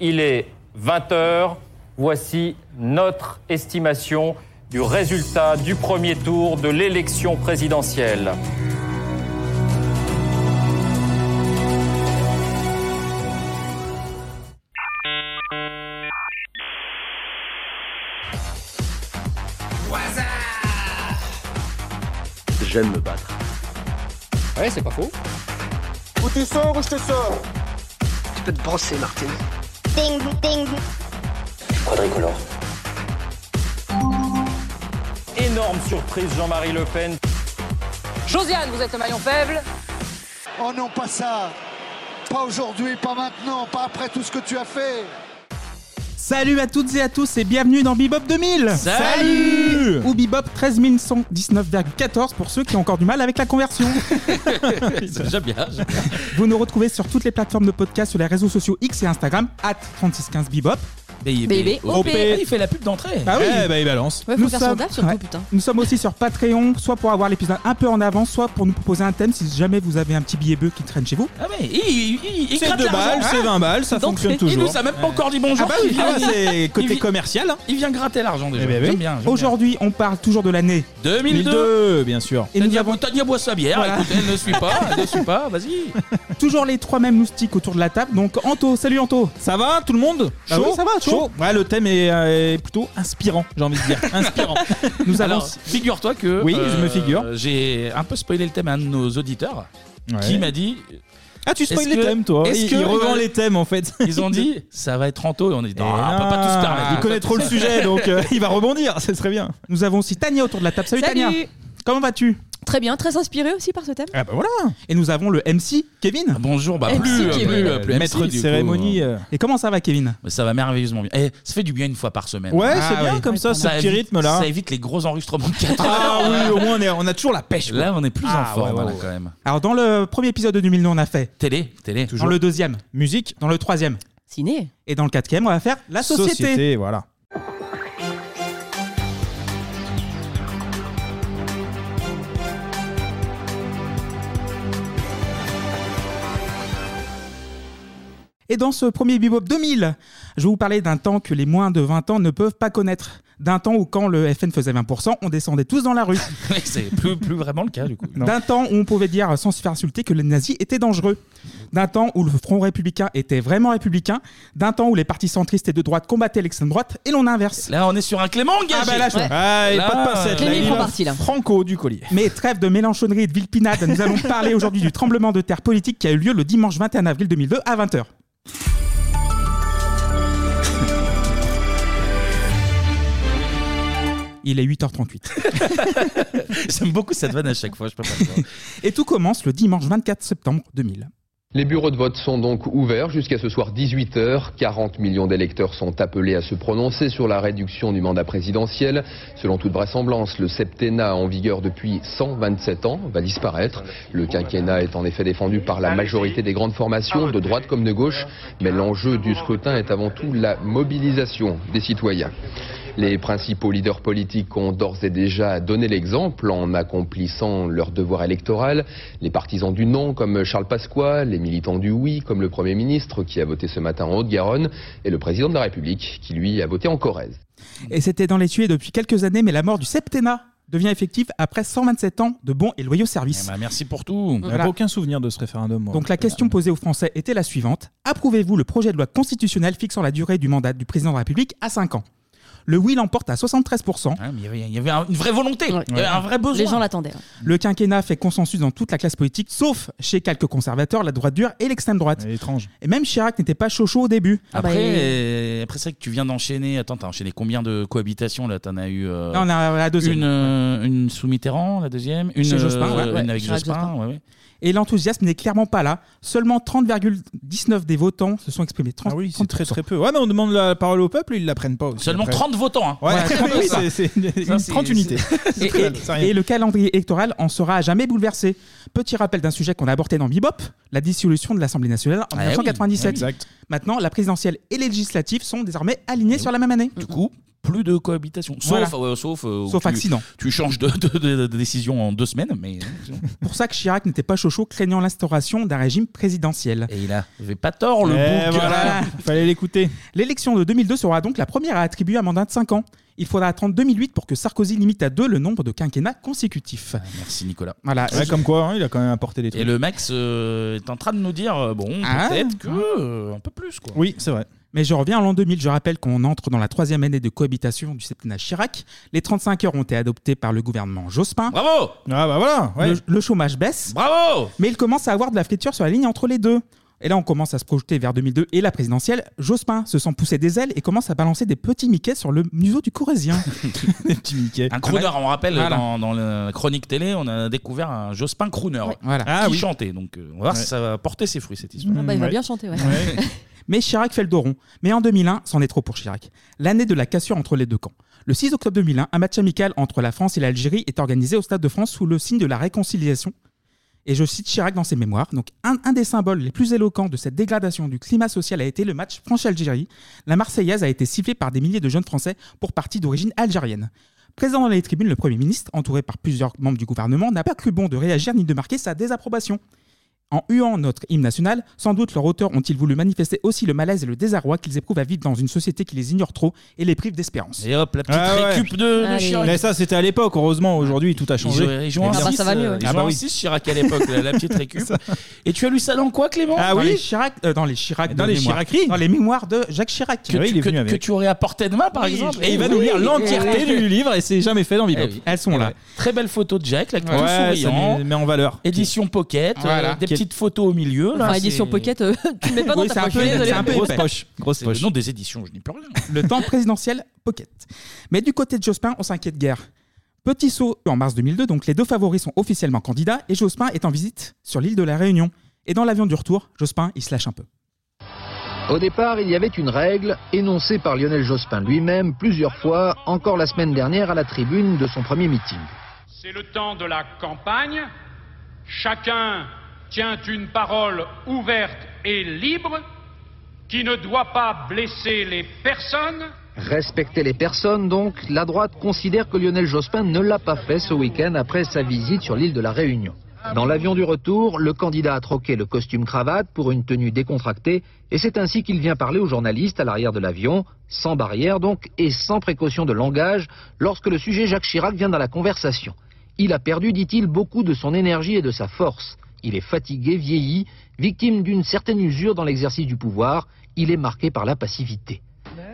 Il est 20h. Voici notre estimation du résultat du premier tour de l'élection présidentielle. J'aime me battre. Ouais, c'est pas faux. Ou tu sors ou je te sors Tu peux te brosser, Martin. Ding, ding. Quadricolore. Énorme surprise, Jean-Marie Le Pen. Josiane, vous êtes le maillon faible. Oh non, pas ça Pas aujourd'hui, pas maintenant, pas après tout ce que tu as fait Salut à toutes et à tous et bienvenue dans Bebop 2000 Salut Ou Bebop 13119,14 pour ceux qui ont encore du mal avec la conversion. C'est déjà bien. Vous nous retrouvez sur toutes les plateformes de podcast, sur les réseaux sociaux X et Instagram, at 3615bebop. BIB, OP. Ah Il fait la pub d'entrée. ben, Bah oui. Eh bah, il balance. Ouais, faut Nous faire sommes- son dab surtout, ouais. putain. Nous sommes aussi sur Patreon, soit pour avoir l'épisode un peu en avance, soit pour nous proposer un thème si jamais vous avez un petit billet bleu qui traîne chez vous. Ah ouais, il, il, il, il C'est gratte 2 l'argent. balles, c'est 20 balles, ça D'entrée. fonctionne Il toujours. nous a même pas encore dit bonjour. Ah bah oui, il, ah bah, vient, c'est il- côté commercial. hein. il vient gratter l'argent déjà. Eh ben oui. J'aime bien. j'aime bien. Aujourd'hui, on parle toujours de l'année. 2002. 1002, bien sûr. Et nous Tania, avons Tania boit sa bière, Voilà. écoutez, elle ne suit pas, elle ne suit pas, vas-y. toujours les trois mêmes moustiques autour de la table. Donc Anto, salut Anto Ça va tout le monde Bah oui, ça va, chaud. Ouais, le thème est, euh, est plutôt inspirant, j'ai envie de dire. Inspirant. Nous avons Alors, figure-toi que. euh, Oui, je me figure. J'ai un peu spoilé le thème à un de nos auditeurs qui m'a dit. Ah, tu spoil les Est-ce que- thèmes, toi. est-ce Il, que- il revend il- les thèmes, en fait. Ils ont dit, ça va être Anto. Et on a dit, non, Ah, on Eh peut pas Ah, tout se permettre. Il connaît trop le sujet, donc euh, il va rebondir, ce serait bien. Nous avons aussi Tania autour de la table. Salut, Tania Comment vas-tu Très bien, très inspiré aussi par ce thème. Ah bah voilà. Et nous avons le MC, Kevin. Bonjour, bah MC, plus, qui est plus, venu. plus, plus Maître MC, de du coup. cérémonie. euh. Et comment ça va, Kevin Mais ça va merveilleusement bien. Eh, ça fait du bien une fois par semaine. Ouais, Ah c'est bien ouais. comme ça, ce petit évite- rythme là. Ça évite les gros enregistrements de 4 Ah oui, au moins on, est- on a toujours la pêche. Là, on est plus Ah, en forme, ouais, ouais, voilà, ouais. quand même. Alors, dans le premier épisode de 2009, on a fait. Télé, télé. Dans le deuxième, Musique, dans le troisième. Ciné. Et dans le quatrième, on va faire la société. voilà. Et dans ce premier Bebop 2000, je vais vous parler d'un temps que les moins de 20 ans ne peuvent pas connaître. D'un temps où, quand le FN faisait 20%, on descendait tous dans la rue. Mais c'est plus, plus vraiment le cas, du coup. D'un temps où on pouvait dire sans se faire insulter que les nazis étaient dangereux. D'un temps où le Front républicain était vraiment républicain. D'un temps où les partis centristes et de droite combattaient l'extrême droite et l'on inverse. Là, on est sur un Clément engagé. Ah bah là, je- Ouais. Ah, et Là, pas de pincette, Clémy il prend va parti, là. Franco du collier. Mais trêve de mélanchonnerie et de villepinade, nous allons parler aujourd'hui du tremblement de terre politique qui a eu lieu le dimanche 21 avril 2002 à 20h. Il est 8h38. J'aime beaucoup cette vanne à chaque fois, je peux pas le dire. Et tout commence le dimanche 24 septembre 2000. Les bureaux de vote sont donc ouverts jusqu'à ce soir 18h. 40 millions d'électeurs sont appelés à se prononcer sur la réduction du mandat présidentiel. Selon toute vraisemblance, le septennat en vigueur depuis 127 ans va disparaître. Le quinquennat est en effet défendu par la majorité des grandes formations, de droite comme de gauche, mais l'enjeu du scrutin est avant tout la mobilisation des citoyens. Les principaux leaders politiques ont d'ores et déjà donné l'exemple en accomplissant leur devoir électoral. Les partisans du non, comme Charles Pasqua, les militants du oui, comme le Premier ministre, qui a voté ce matin en Haute-Garonne, et le président de la République, qui lui a voté en Corrèze. Et c'était dans les tuyaux depuis quelques années, mais la mort du septennat devient effective après 127 ans de bons et loyaux Eh services. ben, merci pour tout. On Voilà. n'a aucun souvenir de ce référendum. moi. Euh, Donc la question posée aux Français était la suivante. Approuvez-vous le projet de loi constitutionnelle fixant la durée du mandat du président de la République à 5 ans Le oui l'emporte à 73%, Hein, mais il y avait, il y avait un- une vraie volonté, Ouais. il y avait un vrai besoin. Les gens l'attendaient. hein. le quinquennat fait consensus dans toute la classe politique, sauf chez quelques conservateurs, la droite dure et l'extrême droite. C'est étrange. Et même Chirac n'était pas chaud chaud au début. Ah bah, Après, il- euh, après c'est vrai que tu viens d'enchaîner. Attends, t'as enchaîné combien de cohabitations là T'en as eu euh, Là, on a la deuxième. une, euh, une sous Mitterrand, la deuxième, une, Chez Jospin, euh, ouais. une Ouais, avec Chirac, Jospin. Jospin. ouais, ouais. Et l'enthousiasme n'est clairement pas là. Seulement 30,19 des votants se sont exprimés. 30, Ah oui, c'est très très peu. Ouais, mais on demande la parole au peuple, ils la prennent pas aussi. Seulement après. 30 votants. hein. Ouais, Ouais, mais oui, c'est- c'est Ça, une c'est- 30 unités. Et, très et- bien, c'est rien. et le calendrier électoral en sera à jamais bouleversé. Petit rappel d'un sujet qu'on a abordé dans Bibop, la dissolution de l'Assemblée nationale en Ah oui, 1997. Exact. Maintenant, la présidentielle et législative sont désormais alignées sur la même année. Eh Du coup, plus de cohabitation. Sauf, euh, sauf, euh, Sauf tu- accident. Tu changes de, de- de- de décision en deux semaines, mais euh, pour ça que Chirac n'était pas chocho, craignant l'instauration d'un régime présidentiel. Et il avait pas tort, le bouc. Eh, Il fallait l'écouter. L'élection de 2002 sera donc la première à attribuer un mandat de 5 ans. Il faudra attendre 2008 pour que Sarkozy limite à 2 le nombre de quinquennats consécutifs. merci Nicolas. Voilà. Ouais, comme quoi, hein, il a quand même apporté des Et le Max euh, est en train de nous dire euh, bon, Ah. peut-être que euh, un peu plus quoi. Oui, c'est vrai. Mais je reviens à l'an 2000. Je rappelle qu'on entre dans la troisième année de cohabitation du septennat Chirac. Les 35 heures ont été adoptées par le gouvernement Jospin. Bravo Ah bah voilà ouais. le, le chômage baisse. Bravo Mais il commence à avoir de la friture sur la ligne entre les deux. Et là, on commence à se projeter vers 2002 et la présidentielle. Jospin se sent pousser des ailes et commence à balancer des petits miquets sur le museau du Corésien. des petits miquets. Un crooner, on rappelle, Voilà. dans, dans la chronique télé, on a découvert un Jospin crooner Voilà. qui Ah oui. chantait. Donc, euh, on va voir Ouais. si ça va porter ses fruits cette histoire. Ah bah, il va Ouais. bien chanter, ouais. Mais Chirac fait le dos rond. Mais en 2001, c'en est trop pour Chirac. L'année de la cassure entre les deux camps. Le 6 octobre 2001, un match amical entre la France et l'Algérie est organisé au Stade de France sous le signe de la réconciliation. Et je cite Chirac dans ses mémoires. Donc, un, un des symboles les plus éloquents de cette dégradation du climat social a été le match France-Algérie. La Marseillaise a été sifflée par des milliers de jeunes Français pour partie d'origine algérienne. Présent dans les tribunes, le Premier ministre, entouré par plusieurs membres du gouvernement, n'a pas cru bon de réagir ni de marquer sa désapprobation. En huant notre hymne national, sans doute leurs auteurs ont-ils voulu manifester aussi le malaise et le désarroi qu'ils éprouvent à vivre dans une société qui les ignore trop et les prive d'espérance. Et hop, la petite Ah ouais. récup de- de, Allez. Chirac. Mais ça, c'était à l'époque. Heureusement, aujourd'hui, tout a changé. Ils jouaient- ils jouaient en six, euh, ils Ah jouaient bah en oui. six, Chirac à l'époque, la, la petite récup. Et tu as lu ça dans quoi, Clément Ah oui, Chirac, euh, dans les Chirac, Dans de les mémoire. Chiraceries. dans les mémoires de Jacques Chirac Que, tu, que- que tu aurais à portée de main, par Oui, exemple. Eh et il va nous lire l'entièreté du livre et c'est jamais fait dans Bebop. Elles sont là. Très belle photo de Jack, l'acteur Ouais, ça souriant. met- met en valeur. Édition pocket, euh, Voilà. des petites photos au milieu. Là, Enfin, édition c'est- pocket, euh, tu le mets pas dans Oui, ta c'est un poche. peu- désolé. c'est un peu Grosse épais. poche, grosse C'est poche. Le nom des éditions, je n'y peux rien. le temps présidentiel pocket. Mais du côté de Jospin, on s'inquiète guère. Petit saut en mars 2002, donc les deux favoris sont officiellement candidats et Jospin est en visite sur l'île de la Réunion. Et dans l'avion du retour, Jospin, il se lâche un peu. Au départ, il y avait une règle énoncée par Lionel Jospin lui-même plusieurs fois, encore la semaine dernière à la tribune de son premier meeting. C'est le temps de la campagne. Chacun tient une parole ouverte et libre qui ne doit pas blesser les personnes. Respecter les personnes, donc, la droite considère que Lionel Jospin ne l'a pas fait ce week-end après sa visite sur l'île de la Réunion. Dans l'avion du retour, le candidat a troqué le costume cravate pour une tenue décontractée et c'est ainsi qu'il vient parler aux journalistes à l'arrière de l'avion, sans barrière donc et sans précaution de langage, lorsque le sujet Jacques Chirac vient dans la conversation. Il a perdu, dit-il, beaucoup de son énergie et de sa force. Il est fatigué, vieilli, victime d'une certaine usure dans l'exercice du pouvoir, il est marqué par la passivité.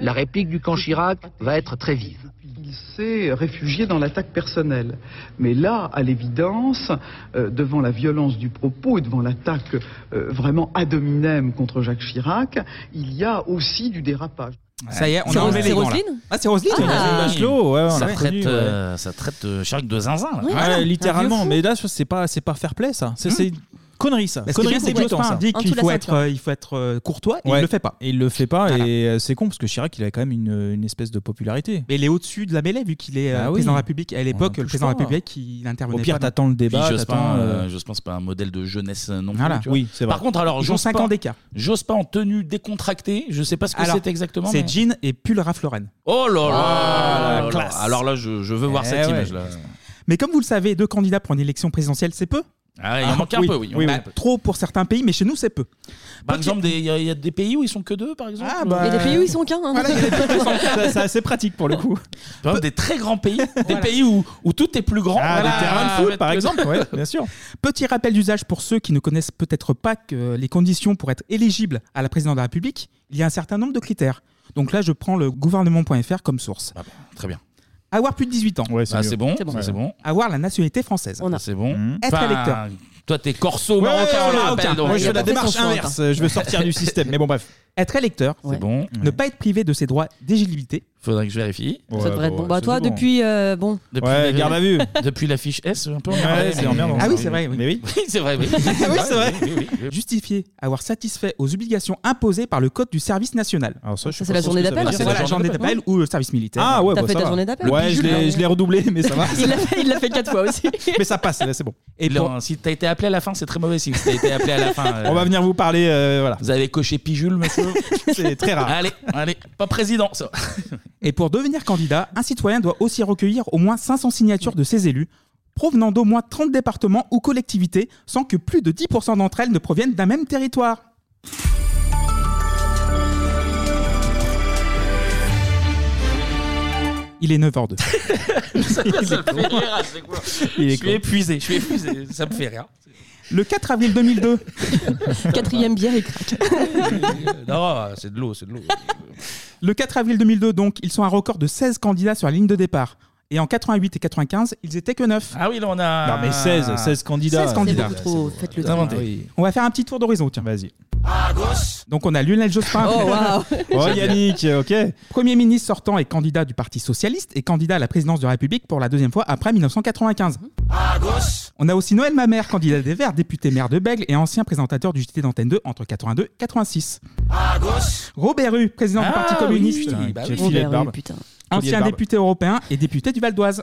La réplique du camp Chirac va être très vive. s'est réfugié dans l'attaque personnelle. Mais là, à l'évidence, euh, devant la violence du propos et devant l'attaque euh, vraiment ad hominem contre Jacques Chirac, il y a aussi du dérapage. Ça y est, on a enlevé les gants, là. Ah, c'est Roselyne Bachelot, ouais, on ça, l'a traite, reconnu, euh, ça traite euh, Chirac de zinzin. là. Hmm. Ouais, Ah, littéralement. Mais là, c'est pas, c'est pas fair play, ça. C'est c'est une connerie, ça. Parce que Connerie bien, c'est tout que le temps, Jospin ça. dit qu'il faut être, euh, il faut être Bah euh, courtois, et il Ouais. le fait pas. Et il le fait pas, et euh, c'est con parce que Chirac, il a quand même une, une espèce de popularité. Mais il est au-dessus de la mêlée vu qu'il est euh, Bah oui. président de la République. À l'époque, On en le président de la touche pas. République, hein. il intervenait. Au pire, pas dans- t'attends le Puis débat. Jospin, t'attends, euh, euh, Jospin, c'est pas un modèle de jeunesse euh, non plus. Voilà. tu vois. Oui, c'est vrai. Par contre, alors, Ils ont Jospin, cinq ans d'écart. Jospin en tenue décontractée, je sais pas ce que Alors, c'est exactement. C'est mais- jean et pull Ralph Lauren. Oh là Ah, là là la là classe. là. Alors là, je, je veux voir Eh cette ouais. image là. Mais comme vous le savez, deux candidats pour une élection présidentielle, c'est peu. Ah, il en manque un peu, oui, il en manque Bah, un peu. Trop pour certains pays, mais chez nous, c'est peu. Par exemple, des- il y, a- il y a des pays où ils sont que deux, par exemple. bah, Il y a des pays où ils sont qu'un. hein. Ça- ça, c'est pratique pour le coup. Par exemple, des très grands pays, des pays où, où tout est plus grand. Ah, Voilà. des terrains de foot, Ah, par que- exemple, ouais, bien sûr. Petit rappel d'usage pour ceux qui ne connaissent peut-être pas que les conditions pour être éligible à la présidence de la République, il y a un certain nombre de critères. Donc là, je prends le gouvernement.fr comme source. Ah Très bien. Avoir plus de 18 ans. c'est Ah, mieux. c'est bon, C'est bon. ça, c'est bon. Mmh. Avoir la nationalité française. C'est bon. Être Enfin, électeur. Toi, t'es hein, corso marocain, on le rappelle, donc. Moi, je fais la Il a pas fait démarche son choix, inverse. hein. Je veux sortir du système. Mais bon, bref. Être électeur. C'est bon. Ne pas être privé de ses droits d'éligibilité. Faudrait que je vérifie. Ça devrait être bon. Bah, toi, depuis. euh, Bon. la- garde à vue. Depuis la fiche S, un peu. on Ouais, parlait, c'est mais- emmerdant. Ah oui, c'est vrai. Oui, Mais oui. Oui, c'est vrai. Oui, oui, c'est vrai. Oui, oui, oui. Justifier, avoir satisfait aux obligations imposées par le code du service national. Alors ça, je Ça, c'est la journée d'appel. C'est la journée d'appel ou le service militaire. Ah ouais, T'as bah, fait ça ta va. journée d'appel. Ouais, je l'ai- je l'ai redoublé, mais ça va. Il l'a fait, il l'a fait quatre fois aussi. mais ça passe, là, c'est bon. Et Là, Si t'as été appelé à la fin, c'est très mauvais signe. Si t'as été appelé à la fin. euh, On va venir vous parler, euh, voilà. Vous avez coché pijule, monsieur C'est très rare. Allez, allez, pas président, ça. Et pour devenir candidat, un citoyen doit aussi recueillir au moins 500 signatures de ses élus, provenant d'au moins 30 départements ou collectivités, sans que plus de 10% d'entre elles ne proviennent d'un même territoire. Il est 9h02. ça, me Il est fait con. rire à chaque fois. Il est Je suis con. épuisé, je suis épuisé, ça me fait rire. Le 4 avril 2002. Quatrième bière et craque. Non, c'est de l'eau, c'est de l'eau. Le 4 avril 2002, donc, ils sont un record de 16 candidats sur la ligne de départ. Et en 88 et 95, ils étaient que 9. Ah oui, là on a. Non, mais 16, Ah. 16 candidats. 16 candidats. C'est beaucoup trop, faites-le Ah, tour. oui. Ah oui. On va faire un petit tour d'horizon, tiens. Vas-y. Donc on a Lionel Jospin. Oh, waouh. Oh, Yannick, ok. Premier ministre sortant et candidat du Parti Socialiste et candidat à la présidence de la République pour la deuxième fois après 1995. On a aussi Noël Mamère, candidat des Verts, député maire de Bègle et ancien présentateur du JT d'Antenne 2 entre 82 et 86. Robert Rue, président du Ah Parti oui, communiste. putain, quel filet de barbe. Robert Hue, putain. Filet Ancien de barbe. député européen et député du Val d'Oise.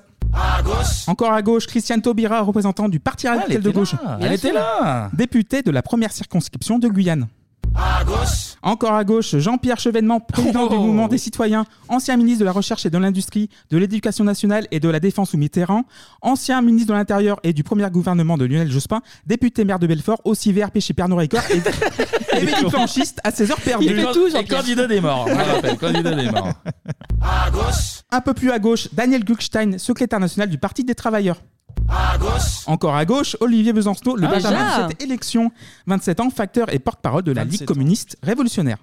Encore à gauche, Christiane Taubira, représentant du Parti radical de Ah, était gauche. là, elle Bien était sûr. là. Député de la première circonscription de Guyane. Encore à gauche, Jean-Pierre Chevènement, président Oh. du mouvement des citoyens, ancien ministre de la Recherche et de l'Industrie, de l'Éducation nationale et de la Défense sous Mitterrand, ancien ministre de l'Intérieur et du premier gouvernement de Lionel Jospin, député maire de Belfort, aussi VRP chez Pernod Ricard et, et planchiste à 16 heures perdues. Et can- et candidat des morts, on le rappelle, candidat des morts. Un peu plus à gauche, Daniel Gluckstein, secrétaire national du Parti des Travailleurs. Encore à gauche, Olivier Besancenot, le Ah, benjamin déjà de cette élection. 27 ans, facteur et porte-parole de la Ligue communiste révolutionnaire.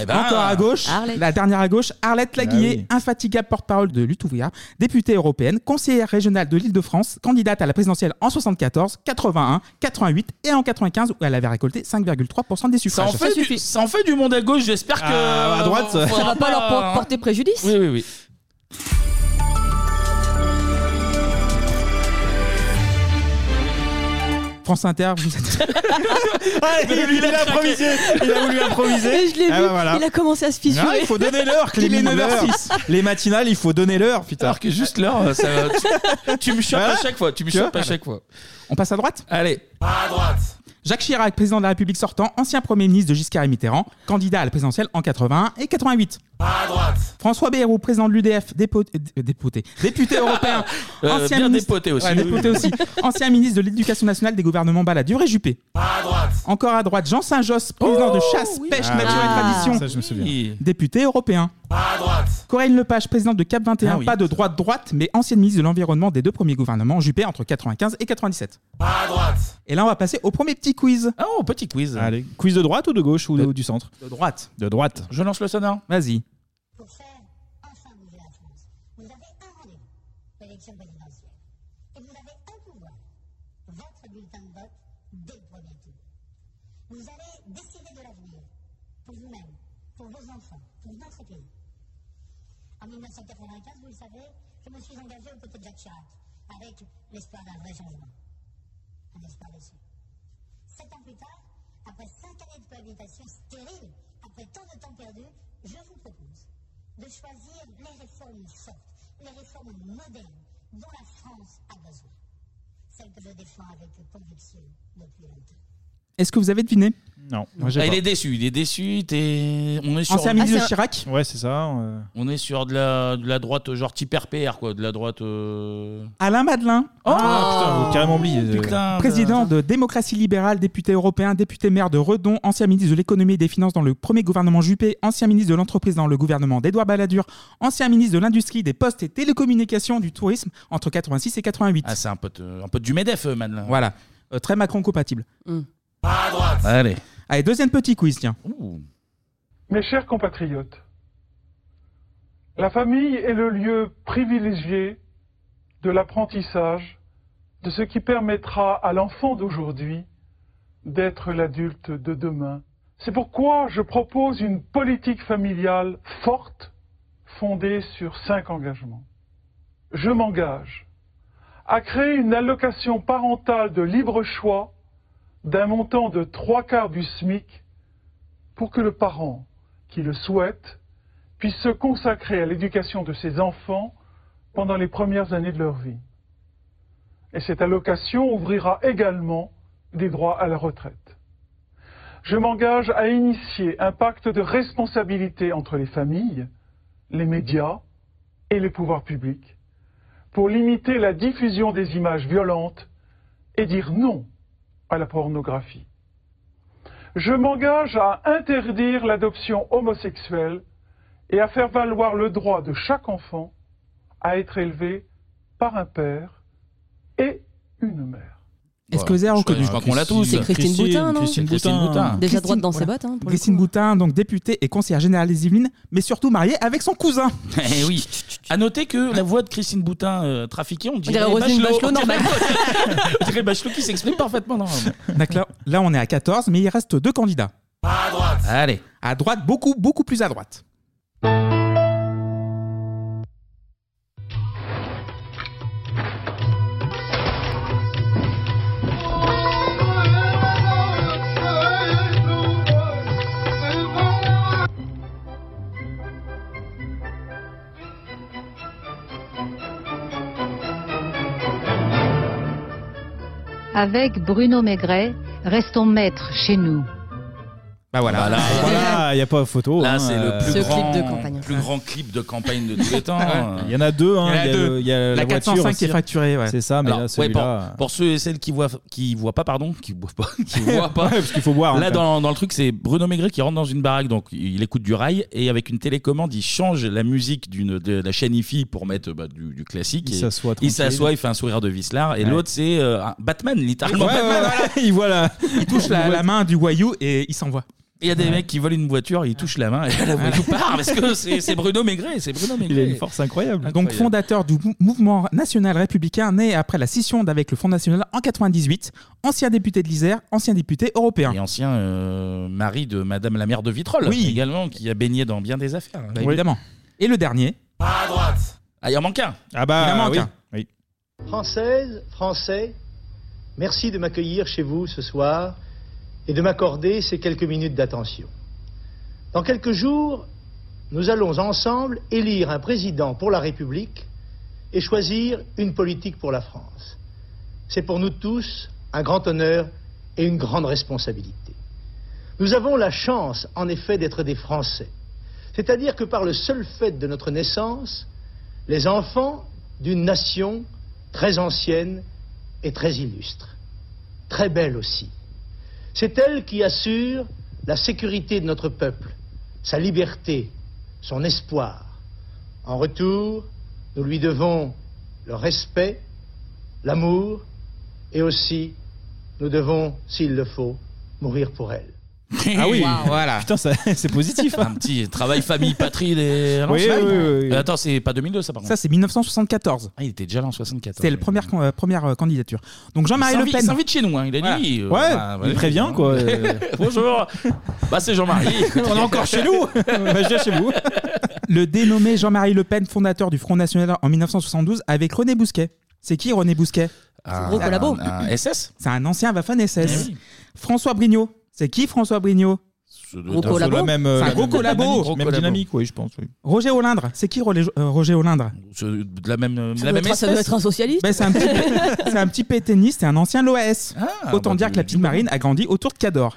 Eh ben, Encore à gauche, la dernière à gauche, Arlette Laguillet, infatigable porte-parole de Lutte ouvrière, députée européenne, conseillère régionale de l'Île-de-France, candidate à la présidentielle en 74, 81, 88 et en 95 où elle avait récolté 5,3% des Ça suffrages. en, fait du, ça en fait du monde à gauche, j'espère que. Ah, à droite, ça. Ça va pas leur por- porter préjudice Hein. Oui, oui, oui. France Inter, vous êtes Ah, il, il a improvisé. Il a voulu improviser. Je l'ai Ah vu, bah voilà. il a commencé à se fissurer. Ah, il faut donner l'heure, Il Clémy. est 9h06. l'heure. Les matinales, il faut donner l'heure, putain. Alors que juste l'heure, euh, ça- tu- tu me chopes à chaque fois, tu me chopes à chaque fois. On passe à droite Allez. À droite. Jacques Chirac, président de la République sortant, ancien Premier ministre de Giscard et Mitterrand, candidat à la présidentielle en 81 et 88. À droite. François Bayrou, président de l'UDF, dépo- euh, dé- député, député européen, Euh, ancien bien ministre, dépoté aussi. Ouais, dépoté aussi. ancien ministre de l'Éducation nationale des gouvernements Balladur et Juppé. À droite. Encore à droite, Jean Saint-Josse, président Oh, de Chasse, Pêche, Ah, Nature oui. et Tradition. Ça, je me souviens. Oui. Député européen. À droite. Corinne Lepage, présidente de Cap 21, Ah oui. pas de droite droite, mais ancienne ministre de l'environnement des deux premiers gouvernements Juppé entre 95 et 97. À droite. Et là, on va passer au premier petit quiz. Oh, petit quiz. Allez, quiz de droite ou de gauche ou de- du centre De droite. De droite. Je lance le sonore. Vas-y. l'élection présidentielle. Et vous avez un pouvoir, votre bulletin de vote, dès le premier tour. Vous allez décider de l'avenir, pour vous-même, pour vos enfants, pour notre pays. En 1995, vous le savez, je me suis engagé aux côtés de Jacques Chirac, avec l'espoir d'un vrai changement. Un espoir déçu. Sept ans plus tard, après cinq années de cohabitation stérile, après tant de temps perdu, je vous propose de choisir les réformes fortes, les réformes modernes dont la France a besoin. Celles que je défends avec conviction depuis longtemps. Est-ce que vous avez deviné Non. Ah, il est déçu, il est déçu. t'es- On est sur. Ah, Ancien ministre Ah, de Chirac Ouais, c'est ça. On est sur de la, de la droite, genre type RPR, quoi. De la droite. euh, Oh, Alain Madelin. Ah, putain, vous carrément oublié. euh, putain. Président de démocratie libérale, député européen, député maire de Redon, ancien ministre de l'économie et des finances dans le premier gouvernement Juppé, ancien ministre de l'entreprise dans le gouvernement d'Édouard Balladur, ancien ministre de l'industrie, des postes et télécommunications, du tourisme entre 86 et 88. Ah, c'est un pote, euh, un pote du MEDEF, euh, Madelin. Voilà, Euh, très Macron compatible. Mm. À droite. Allez. Allez, deuxième petit quiz, tiens. Mes chers compatriotes, la famille est le lieu privilégié de l'apprentissage de ce qui permettra à l'enfant d'aujourd'hui d'être l'adulte de demain. C'est pourquoi je propose une politique familiale forte fondée sur cinq engagements. Je m'engage à créer une allocation parentale de libre choix d'un montant de trois quarts du SMIC pour que le parent qui le souhaite puisse se consacrer à l'éducation de ses enfants pendant les premières années de leur vie. Et cette allocation ouvrira également des droits à la retraite. je m'engage à initier un pacte de responsabilité entre les familles, les médias et les pouvoirs publics pour limiter la diffusion des images violentes et dire non à la pornographie. Je m'engage à interdire l'adoption homosexuelle et à faire valoir le droit de chaque enfant à être élevé par un père et une mère. Est-ce que vous avez reconnu Bah, Je crois qu'on l'a tous. C'est Christine Boutin, non Christine Boutin. Déjà droite dans ses voilà. bottes. hein, pour le Christine Boutin, donc députée et conseillère générale des Yvelines, mais surtout mariée avec son cousin. Eh oui. À noter que la voix de Christine Boutin euh, trafiquée, on dirait, dirait Roselyne Bachelot, on dirait- on dirait Bachelot qui s'exprime parfaitement. Non, Donc là, là, on est à 14, mais il reste deux candidats. À droite. Allez. À droite, beaucoup, beaucoup plus à droite. Avec Bruno Maigret, restons maîtres chez nous. Bah voilà. Voilà. Voilà, il n'y a pas photo. Là, hein, c'est le euh, plus grand, Ah plus grand clip de campagne de tous les temps. Ouais. Il y en a deux. Hein. Il y en a le- deux. il y a la, La voiture 405 aussi. qui est facturée, ouais. C'est ça, mais Alors, là, ouais, pour, celui-là. pour ceux et celles qui voient, qui voient pas, pardon, qui voient pas, qui voient pas, Ouais, parce qu'il faut boire, hein, Là, quand dans, dans le truc, c'est Bruno Maigret qui rentre dans une baraque, donc il écoute du rail et avec une télécommande, il change la musique d'une de la chaîne IFI pour mettre bah, du, du classique. Il et- s'assoit Il tranquille. s'assoit, il fait un sourire de Vislar et Ouais. l'autre, c'est euh, un Batman, littéralement. Ouais, ouais, Batman, ouais. voilà. il voit la. Il touche la, la main du voyou et il s'envoie. Il y a des mecs qui volent une voiture, ils touchent la main et la voiture part parce que c'est c'est Bruno Maigret, c'est Bruno Maigret. Il a une force incroyable. Donc fondateur du mou- mouvement national républicain, né après la scission d'avec le Front national en 98, ancien député de l'Isère, ancien député européen. Et ancien euh, mari de Madame la maire de Vitrolles, Oui. également, qui a baigné dans bien des affaires. hein. Bah, Évidemment. Et le dernier À droite. Ah, il en manque un. Ah bah, Il en manque oui. un. Françaises, Français, merci de m'accueillir chez vous ce soir et de m'accorder ces quelques minutes d'attention. Dans quelques jours, nous allons ensemble élire un président pour la République et choisir une politique pour la France. C'est pour nous tous un grand honneur et une grande responsabilité. Nous avons la chance, en effet, d'être des Français. C'est-à-dire que par le seul fait de notre naissance, les enfants d'une nation très ancienne et très illustre, très belle aussi. C'est elle qui assure la sécurité de notre peuple, sa liberté, son espoir. En retour, nous lui devons le respect, l'amour et aussi, nous devons, s'il le faut, mourir pour elle. Ah oui, Wow. voilà. Putain, ça- c'est positif. Un petit travail famille, patrie des. hein. Oui, Lanceman. oui, oui, oui. Euh, Attends, c'est pas 2002 ça par contre. Ça, c'est 1974. Ah, il était déjà là en 74. C'était la première, can- euh, première euh, candidature. Donc Jean-Marie Il Le s'invite- Pen. Il s'invite chez nous, hein. il a Voilà. dit. euh, Ouais, bah, il prévient, quoi. hein. Bonjour. Bah, c'est Jean-Marie. On est encore chez nous. Bah, je viens chez vous. Le dénommé Jean-Marie Le Pen, fondateur du Front National en 1972, avec René Bousquet. C'est qui René Bousquet Un- gros collabo. un- un SS C'est un ancien Wafan Eh SS. François Brignot. C'est qui François Brignot doit être collabo. la même, euh, C'est un la gros même collabo. dynamique, Gros même collabo. dynamique, oui, je pense. oui. Roger Olindre. C'est qui Rolé- euh, Roger Olindre C'est De la même, Ça la doit même être- ça doit espèce. être un socialiste. Ben, c'est un petit, c'est un petit pétainiste et un ancien l'OAS. Autant bah, dire que la petite marine a grandi autour de Cador.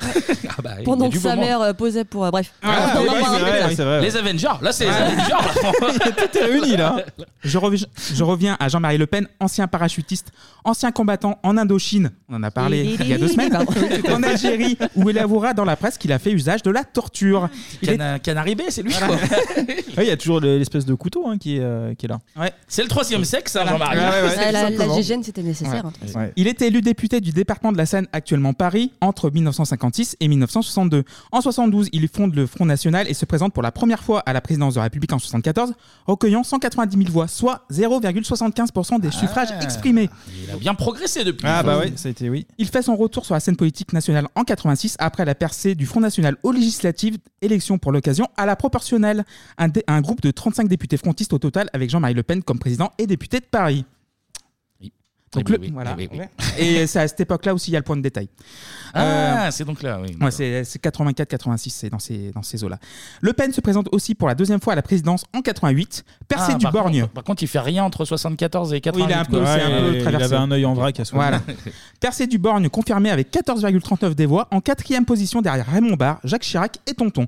Bah, il y Pendant a que du sa moment. mère euh, posait pour. euh, Bref. Ah, oui, oui, c'est vrai, c'est vrai. Les Avengers, là c'est les Avengers. là. Tout est réuni là. Je, revi- je reviens à Jean-Marie Le Pen, ancien parachutiste, ancien combattant en Indochine. On en a parlé il y a deux semaines. Pardon. en Algérie, où il avouera dans la presse qu'il a fait usage de la torture. Il est- Cana- Canary Bay, c'est lui. quoi. Ouais, Il y a toujours le- l'espèce de couteau hein, qui, est, euh, qui est là. C'est le troisième sexe, hein, Jean-Marie. Ah, la- La simplement. GGN, c'était nécessaire. hein, de toute façon. Il était élu député du département de la Seine, actuellement Paris, entre 1956 et 1962. En 72, il fonde le Front National et se présente pour la première fois à la présidence de la République en 74, recueillant 190 000 voix, soit 0,75% des suffrages exprimés. Il a bien progressé depuis. Ah bah oui, ça a été oui. Il fait son retour sur la scène politique nationale en 86 après la percée du Front National aux législatives, élection pour l'occasion à la proportionnelle, un, dé- un groupe de 35 députés frontistes au total avec Jean-Marie Le Pen comme président et député de Paris. Donc Eh le- oui, voilà. eh oui, oui. Et c'est à cette époque-là aussi il y a le point de détail. Ah, Euh, c'est donc là, oui. Ouais, c'est 84-86, c'est dans ces, dans ces eaux-là. Le Pen se présente aussi pour la deuxième fois à la présidence en 88, percé Ah, du par Borgne. contre- par contre, il fait rien entre 74 et Oui, 88. il a un peu, c'est un peu traversé. Voilà. Percé du Borgne, confirmé avec 14,39 des voix, en quatrième position derrière Raymond Barre, Jacques Chirac et Tonton.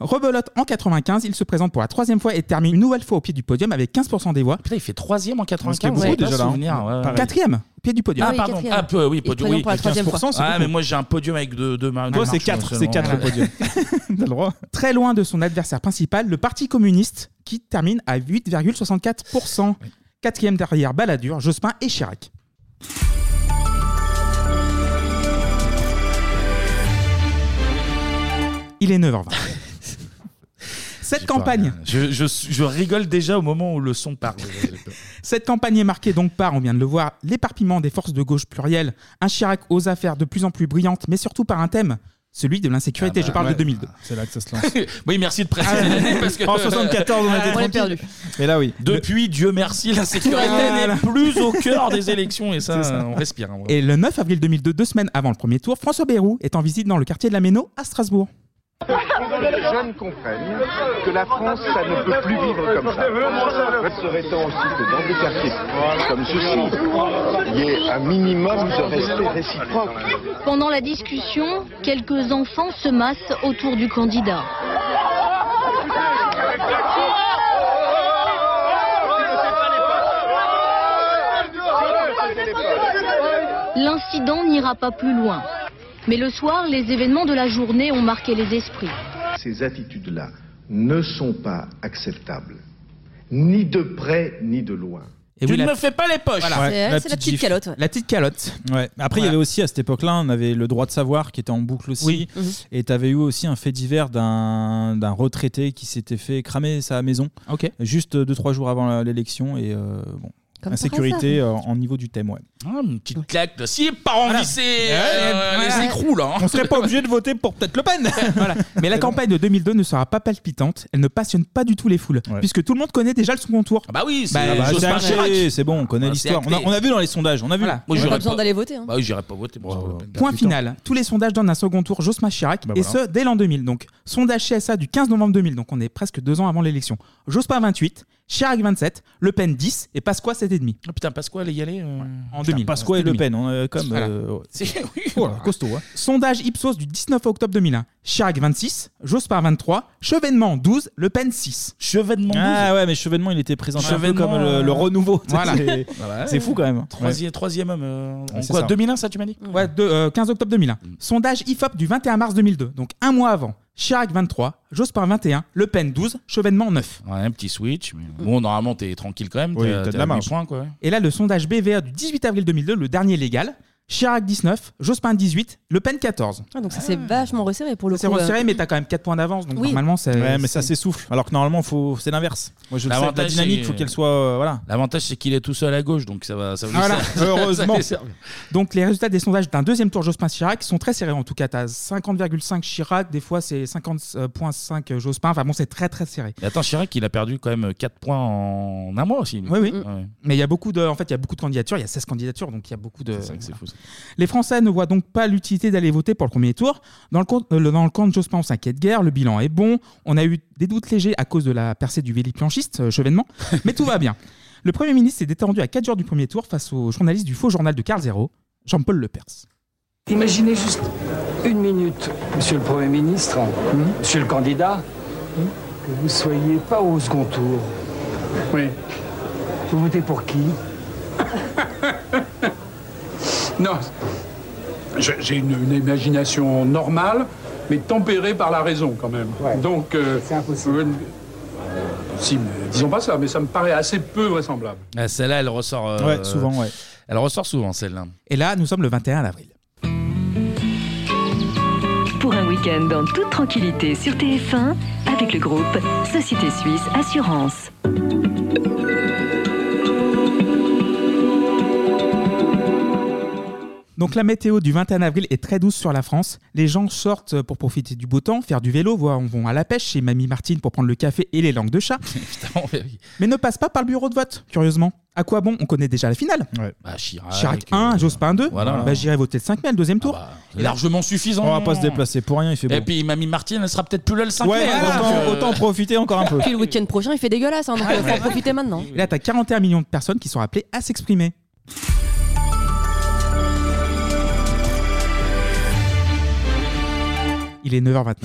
Rebelote en 95, il se présente pour la troisième fois et termine une nouvelle fois au pied du podium avec 15% des voix. Putain, il fait troisième en 95. Ce qui est beaucoup ouais, déjà pas là, hein. souvenir, ouais, ouais. Pareil. Quatrième, au pied du podium. Ah, pardon. Ah, peu, oui, podium. Oui, à 15%, c'est Ah, mais moi, j'ai un podium avec deux, deux marques. Toi, c'est marches, quatre, seulement. c'est quatre, le podium. T'as le droit. Très loin de son adversaire principal, le Parti communiste, qui termine à 8,64%. Quatrième derrière Balladur, Jospin et Chirac. Il est 9h20. Cette campagne, Je, je, je rigole déjà au moment où le son part. cette campagne est marquée donc par, on vient de le voir, l'éparpillement des forces de gauche plurielles, un Chirac aux affaires de plus en plus brillantes, mais surtout par un thème, celui de l'insécurité. Ah bah, Je parle ouais. de 2002. C'est là que ça se oui, merci de Ah, préciser l'année, parce que Ah, euh, En 74, on a été On l'a tranquille. Mais là, oui. Depuis, Dieu merci, la sécurité Voilà. n'est plus au cœur des élections. Et ça, C'est ça. on respire. hein, vraiment. Et le 9 avril 2002, deux semaines avant le premier tour, François Bayrou est en visite dans le quartier de la Méno à Strasbourg. les jeunes comprennent que la France, ça ne peut plus vivre comme ça. Peut-être serait-on aussi que dans des quartiers comme ceci, il y ait un minimum de respect réciproque. Pendant la discussion, quelques enfants se massent autour du candidat. L'incident n'ira pas plus loin. Mais le soir, les événements de la journée ont marqué les esprits. Ces attitudes-là ne sont pas acceptables, ni de près ni de loin. oui, la- pas les poches. Voilà. C'est- c'est la petite gifle. calotte, ouais. La petite calotte. Ouais. Après, il y Voilà. avait aussi à cette époque-là, on avait le droit de savoir qui était en boucle aussi. Oui. Mhm. Et tu avais eu aussi un fait divers d'un d'un retraité qui s'était fait cramer sa maison. Juste euh, deux trois jours avant la- l'élection et euh, bon. Comme Insécurité par euh, hasard. en niveau du thème, ouais. Ah, une petite claque. là. Si les parents glissaient, euh, Ouais, les ouais. écrous, là. hein. On serait pas obligé de voter pour peut-être Le Pen. Voilà. Mais la campagne de 2002 ne sera pas palpitante, elle ne passionne pas du tout les foules, puisque tout le monde connaît déjà le second tour. bah oui, c'est Bah, Jospin c'est acté, Chirac. c'est bon, on connaît Bah, Voilà, l'histoire. c'est On a, acté. on a vu dans les sondages, on a vu. Moi, j'irais pas- voter. hein. Bah oui, j'irais pas voter. pour Jospin Bah, Chirac. Point final, tous les sondages donnent un second tour Jospin Chirac, Bah et voilà. ce dès l'an 2000. Donc, sondage CSA du 15 novembre 2000, donc on est presque deux ans avant l'élection. Jospin 28, Chirac 27, Le Pen 10 et Pasqua 7,5. Ah, putain, Pasqua, les y aller. euh, En putain, 2000. Pasqua et C'était Le Pen. 2000. on, euh, comme, Voilà. euh, ouais. C'est- oui. Voilà, costaud. hein. Sondage Ipsos du 19 octobre 2001. Chirac 26, Jospin 23, Chevènement 12, Le Pen 6. Chevènement Ah ouais, mais Chevènement, il était présenté un peu Chevènement, euh, comme euh, le, le renouveau. Voilà. Bah, C'est Voilà. c'est fou quand même. Troisième, troisième homme. euh, en c'est quoi ça. 2001, ça, Mm. tu m'as dit Ouais, de- euh, 15 octobre 2001. Sondage IFOP du 21 mars 2002, donc un mois avant. Chirac 23, Jospin 21, Le Pen 12, Chevènement 9. Ouais, un petit switch. mais Bon, normalement, t'es tranquille quand même. Mm. Oui, t'as t'as de t'as la huit marge. points, quoi. Et là, le sondage BVA du 18 avril 2002, le dernier légal. Chirac 19, Jospin 18, Le Pen 14. Ah, donc ça s'est vachement resserré pour le C'est coup. euh. resserré, mais t'as quand même 4 points d'avance, donc Oui. normalement c'est. Ouais, mais ça s'essouffle. Alors que normalement, faut... c'est l'inverse. Moi, je le sais, la dynamique, faut qu'elle soit. euh, voilà. L'avantage, c'est qu'il est tout seul à gauche, donc ça va. Ça va Voilà, ça- ça- ça heureusement. lui sert. Donc les résultats des sondages d'un deuxième tour Jospin-Chirac sont très serrés en tout cas. T'as 50,5 Chirac, des fois c'est euh, 50,5 Jospin. Enfin bon, c'est très très serré. Mais attends, Chirac, il a perdu quand même 4 points en un mois aussi. lui. Oui, oui. Ouais. Mais il y a beaucoup de, en fait, il y a beaucoup de candidatures. Il y a 16 candidatures, donc il y a beaucoup de. C'est vrai que c'est fou, ça. Les Français ne voient donc pas l'utilité d'aller voter pour le premier tour. Dans le, compte- euh, dans le camp de Jospin, on s'inquiète guère, le bilan est bon. On a eu des doutes légers à cause de la percée du véliplanchiste, euh, chevènement, mais tout va bien. Le Premier ministre s'est détendu à 4 jours du premier tour face au journaliste du faux journal de Carl Zéro, Jean-Paul Lepers. Imaginez juste une minute, monsieur le Premier ministre, hein. monsieur le candidat, Hmm que vous ne soyez pas au second tour. Oui. Vous votez pour qui Non, Je- j'ai une, une imagination normale, mais tempérée par la raison quand même. Donc, c'est impossible. si, mais disons pas ça, mais ça me paraît assez peu vraisemblable. Ah, celle-là, elle ressort. euh, Ouais, souvent, ouais. Elle ressort souvent, celle-là. Et là, nous sommes le 21 avril. Pour un week-end en toute tranquillité sur TF1 avec le groupe Société Suisse Assurance. Donc la météo du 21 avril est très douce sur la France. Les gens sortent pour profiter du beau temps, faire du vélo, voire vont à la pêche chez Mamie Martine pour prendre le café et les langues de chat. Oh, Mais ne passe pas par le bureau de vote, curieusement. À quoi bon On connaît déjà la finale. Ah, Bah, Chirac. Chirac 1, Jospin 2. Voilà. Bah, J'irai voter le 5 mai, le deuxième tour. C'est largement suffisant. On va pas se déplacer pour rien, il fait Et puis Mamie Martine, elle sera peut-être plus là le 5 Ouais, mai. voilà. donc, euh, Autant en profiter encore un peu. Puis le week-end prochain, il fait dégueulasse, hein, donc Ah, il faut en profiter maintenant. Là, t'as 41 millions de personnes qui sont appelées à s'exprimer. Il est 9h29.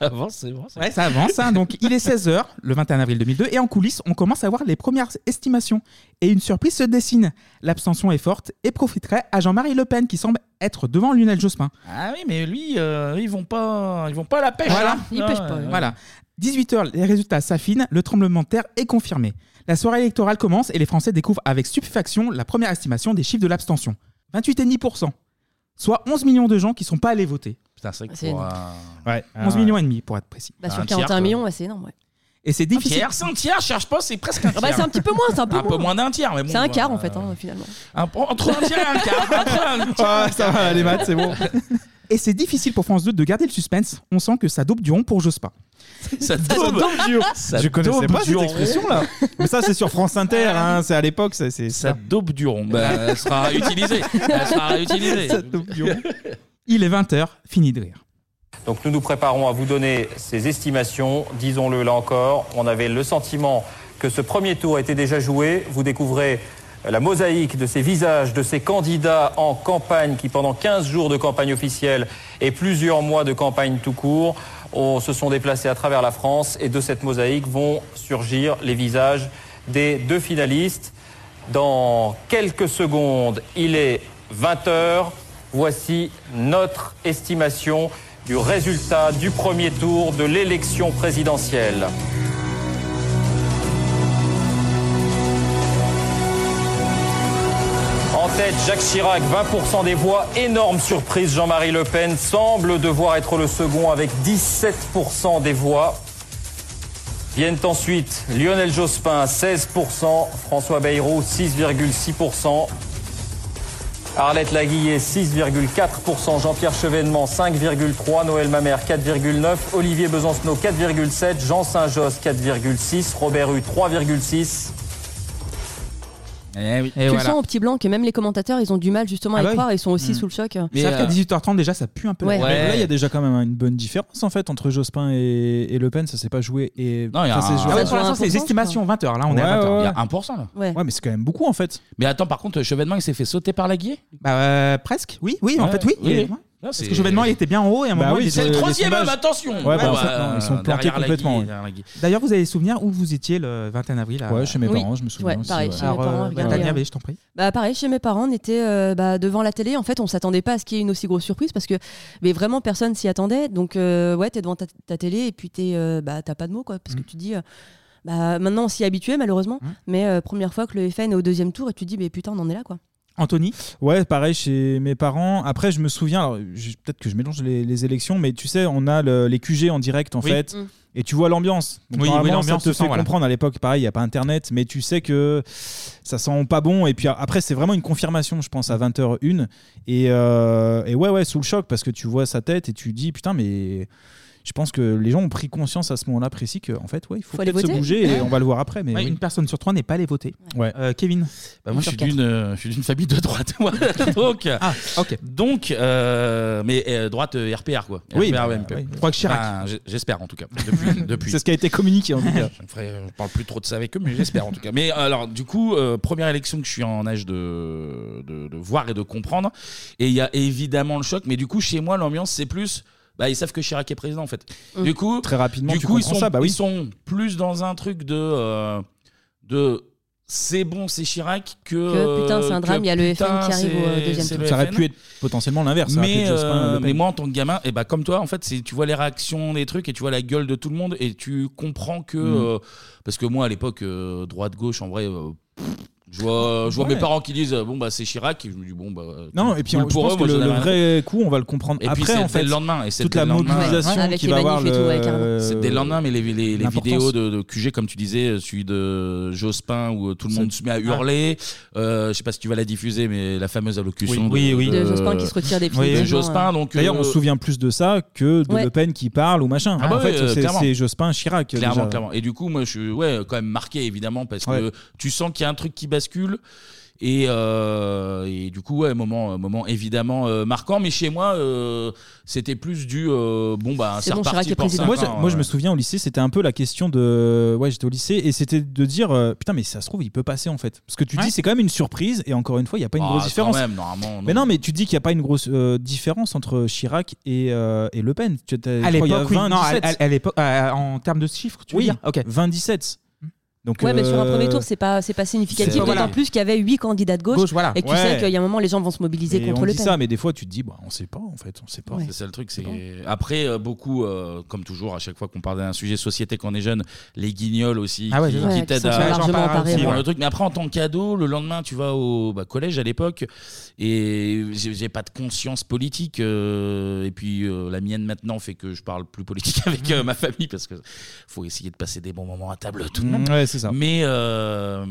Ça avance, c'est bon. ça. Ouais, ça avance. hein. Donc, il est 16h le 21 avril 2002 et en coulisses, on commence à voir les premières estimations. Et une surprise se dessine. L'abstention est forte et profiterait à Jean-Marie Le Pen qui semble être devant Lionel Jospin. Ah oui, mais lui, euh, ils vont pas, ils vont pas à la pêche. Voilà. hein. Ah, ouais. Voilà. 18h, les résultats s'affinent, le tremblement de terre est confirmé. La soirée électorale commence et les Français découvrent avec stupéfaction la première estimation des chiffres de l'abstention. 28,5%. Soit 11 millions de gens qui sont pas allés voter. Putain, c'est vrai que C'est pour, énorme. euh, Ouais, 11 millions et demi pour être précis. Bah, sur 41 millions, ouais, c'est énorme. Ouais. Et c'est Un difficile. tiers, c'est un tiers, cherche pas, c'est presque un Ah tiers. bah, c'est un petit peu moins, c'est un peu un moins. peu moins d'un tiers, mais bon. c'est un bah, quart en fait, hein, finalement. un- entre un tiers et un quart. entre un tiers Ah, et un Ah, ça quart. va, les maths, c'est bon. Et c'est difficile pour France 2 de garder le suspense. On sent que ça dope du rond pour Jospin. Ça tombe. Ah, Je connaissais pas cette expression là. Mais ça c'est sur France Inter, hein, c'est à l'époque, c'est c'est- Ça dope du rond. Bah, elle sera réutilisée. Elle sera réutilisée. Ça dope du rond. Il est 20h, fini de rire. Donc nous nous préparons à vous donner ces estimations. Disons-le là encore, on avait le sentiment que ce premier tour était déjà joué. Vous découvrez la mosaïque de ces visages, de ces candidats en campagne qui, pendant 15 jours de campagne officielle et plusieurs mois de campagne tout court, ont- se sont déplacés à travers la France. Et de cette mosaïque vont surgir les visages des deux finalistes. Dans quelques secondes, il est 20h. Voici notre estimation du résultat du premier tour de l'élection présidentielle. En tête, Jacques Chirac, 20% des voix. Énorme surprise, Jean-Marie Le Pen semble devoir être le second avec 17% des voix. Viennent ensuite Lionel Jospin, 16%, François Bayrou, 6,6%, Arlette Laguillet, 6,4%, Jean-Pierre Chevènement, 5,3%, Noël Mamère, 4,9%, Olivier Besancenot, 4,7%, Jean Saint-Josse, 4,6%, Robert Hue, 3,6%. Eh oui. tu le sens au petit blanc que même les commentateurs, ils ont du mal justement à Ah y bah oui. croire, ils sont aussi sous le choc. Sauf euh, qu'à 18h30 déjà ça pue un peu. Ouais. Mais Ouais. Là, il y a déjà quand même une bonne différence en fait entre Jospin et, et Le Pen, ça s'est pas joué et Non, il y a enfin, un- c'est joué- Ah ouais, pour l'instant, c'est les estimations, 20h, là, on est à 20 heures. Il y a 1% là. Ouais. mais c'est quand même beaucoup en fait. Mais attends, par contre, Chevènement, il s'est fait sauter par la guillée Bah euh, presque, oui, oui, en Ouais. fait oui. Oui. Il est- Non, Parce c'est- que Chevènement il était bien en haut et à un Bah moment oui, il c'est était... le les troisième sondages- homme, attention Ouais, bah, en fait, non, ils sont plantés derrière la complètement, guille, ouais. derrière la guille. D'ailleurs vous avez souvenir où vous étiez le 21 avril à- Ouais, chez mes Oui. parents, je me souviens Ouais, aussi, pareil, ouais. chez mes Alors, parents, euh, regardez, Tania, hein. mais je t'en prie. Bah pareil, chez mes parents, on était euh, bah, devant la télé. En fait, on s'attendait pas à ce qu'il y ait une aussi grosse surprise parce que mais vraiment personne s'y attendait. Donc euh, ouais, t'es devant ta, ta télé et puis t'es euh, bah t'as pas de mots quoi Mm. parce que tu dis. euh, bah, maintenant, on s'y est habitué, malheureusement. Mais euh, première fois que le FN est au deuxième tour, et tu te dis, mais putain, on en est là, quoi. Anthony Ouais, pareil chez mes parents. Après, je me souviens, alors, je- peut-être que je mélange les, les élections, mais tu sais, on a le- les QG en direct en Oui. fait, Mm. et tu vois l'ambiance. Donc, Oui, oui, normalement, l'ambiance ça se te fait sent, voilà. comprendre à l'époque. Pareil, il n'y a pas internet, mais tu sais que ça sent pas bon. Et puis a- après, c'est vraiment une confirmation, je pense, à 20h01. Et, euh, et ouais, ouais, sous le choc, parce que tu vois sa tête et tu dis, putain, mais. Je pense que les gens ont pris conscience à ce moment-là précis qu'en fait, ouais, il faut, Faut aller peut-être se voter. bouger et Ouais. on va le voir après. Mais Ouais, oui. Une personne sur trois n'est pas allée voter. Ouais. Euh, Kevin Bah, moi, je suis d'une, euh, je suis d'une famille de droite. moi. donc, Ah, donc, euh, mais euh, droite euh, RPR quoi. Oui, RPR, bah, OMP. oui. Je crois que Chirac. Enfin, Ben, j- j'espère en tout cas. Depuis, depuis. C'est ce qui a été communiqué en tout cas. Je ne parle plus trop de ça avec eux, mais j'espère en tout cas. Mais alors, du coup, euh, première élection que je suis en âge de, de, de voir et de comprendre. Et il y a évidemment le choc, mais du coup, chez moi, l'ambiance, c'est plus. Bah, ils savent que Chirac est président en fait. Mm. Du coup, Très rapidement, du tu coup, ils comprends sont, ça, bah oui. ils sont plus dans un truc de. euh, de c'est bon, c'est Chirac que. Que, putain, c'est un que drame, il y a le FN putain, qui arrive au, euh, c'est- deuxième c'est tour. le Ça aurait FN. pu être potentiellement l'inverse. ça aurait pu Mais, être Jospin, euh, Le Pen. mais moi, en tant que gamin, et bah, comme toi, en fait, c'est- tu vois les réactions des trucs et tu vois la gueule de tout le monde et tu comprends que. Mhm. euh, parce que moi, à l'époque, euh, droite-gauche, en vrai. euh, pff, Je vois, je vois Ouais. mes parents qui disent euh, bon bah c'est Chirac et je me dis bon bah euh, Non, et puis cool on, je pense moi, que j'en le, ai le rien à vrai coup, on va le comprendre Et puis après c'était en fait. le lendemain. Et c'était toute la le lendemain. mobilisation qui va avoir le, C'était le lendemain, mais les, les- les l'importance. vidéos de, de QG, comme tu disais, euh, celui de Jospin où euh, tout le monde se met à hurler. Euh, je sais pas si tu vas la diffuser, mais la fameuse allocution Oui, de, oui, oui. de- De Jospin qui se retire des pieds de des gens, hein. Jospin. ouais. Donc D'ailleurs, on euh, se souvient plus de ça que de Ouais. Le Pen qui parle ou machin. Ah bah en oui, fait, euh, c'est- clairement. c'est Jospin Chirac. Clairement, déjà. clairement. Et du coup, moi, je suis ouais, quand même marqué, évidemment, parce Ouais. que tu sens qu'il y a un truc qui bascule. Et, euh, et du coup, ouais, moment, moment évidemment euh, marquant. Mais chez moi, euh, c'était plus du euh, bon, bah, c'est reparti pour cinq Moi, je, ans, moi, je ouais. me souviens au lycée, c'était un peu la question de. Ouais, j'étais au lycée et c'était de dire euh, putain, mais ça se trouve, il peut passer en fait. Parce que tu dis, c'est quand même une surprise et encore une fois, il n'y a pas une Ah, grosse quand différence. même, normalement, non. Mais non, mais tu dis qu'il n'y a pas une grosse euh, différence entre Chirac et, euh, et Le Pen. Tu, t'as- À je crois, il y a l'époque, oui. 20, Non, à, 17. à- à l'époque, euh, en termes de chiffres, tu veux Oui, dire Ok. Hmm. 20-17. Donc, ouais, mais sur un euh, premier tour, c'est pas, c'est pas significatif, c'est- d'autant voilà. plus qu'il y avait huit candidats de gauche, Gauche, voilà. et que Ouais. tu sais qu'il y a un moment, les gens vont se mobiliser mais contre on le dit Pen. ça, mais des fois, tu te dis, bah, on sait pas en fait, on sait pas. C'est ça le truc. C'est après euh, beaucoup, euh, comme toujours, à chaque fois qu'on parle d'un sujet société quand on est jeune, les guignols aussi Ah ouais, qui, c'est ça. qui Ouais, t'aident qui sont à largement à parés, comprendre ouais. le truc. Mais après, en tant que cadeau, le lendemain, tu vas au bah, collège à l'époque et j'ai j'ai pas de conscience politique. euh, et puis euh, la mienne maintenant fait que je parle plus politique avec euh, ma famille parce que faut essayer de passer des bons moments à table tout le monde. Ouais, c'est ça. Mais euh,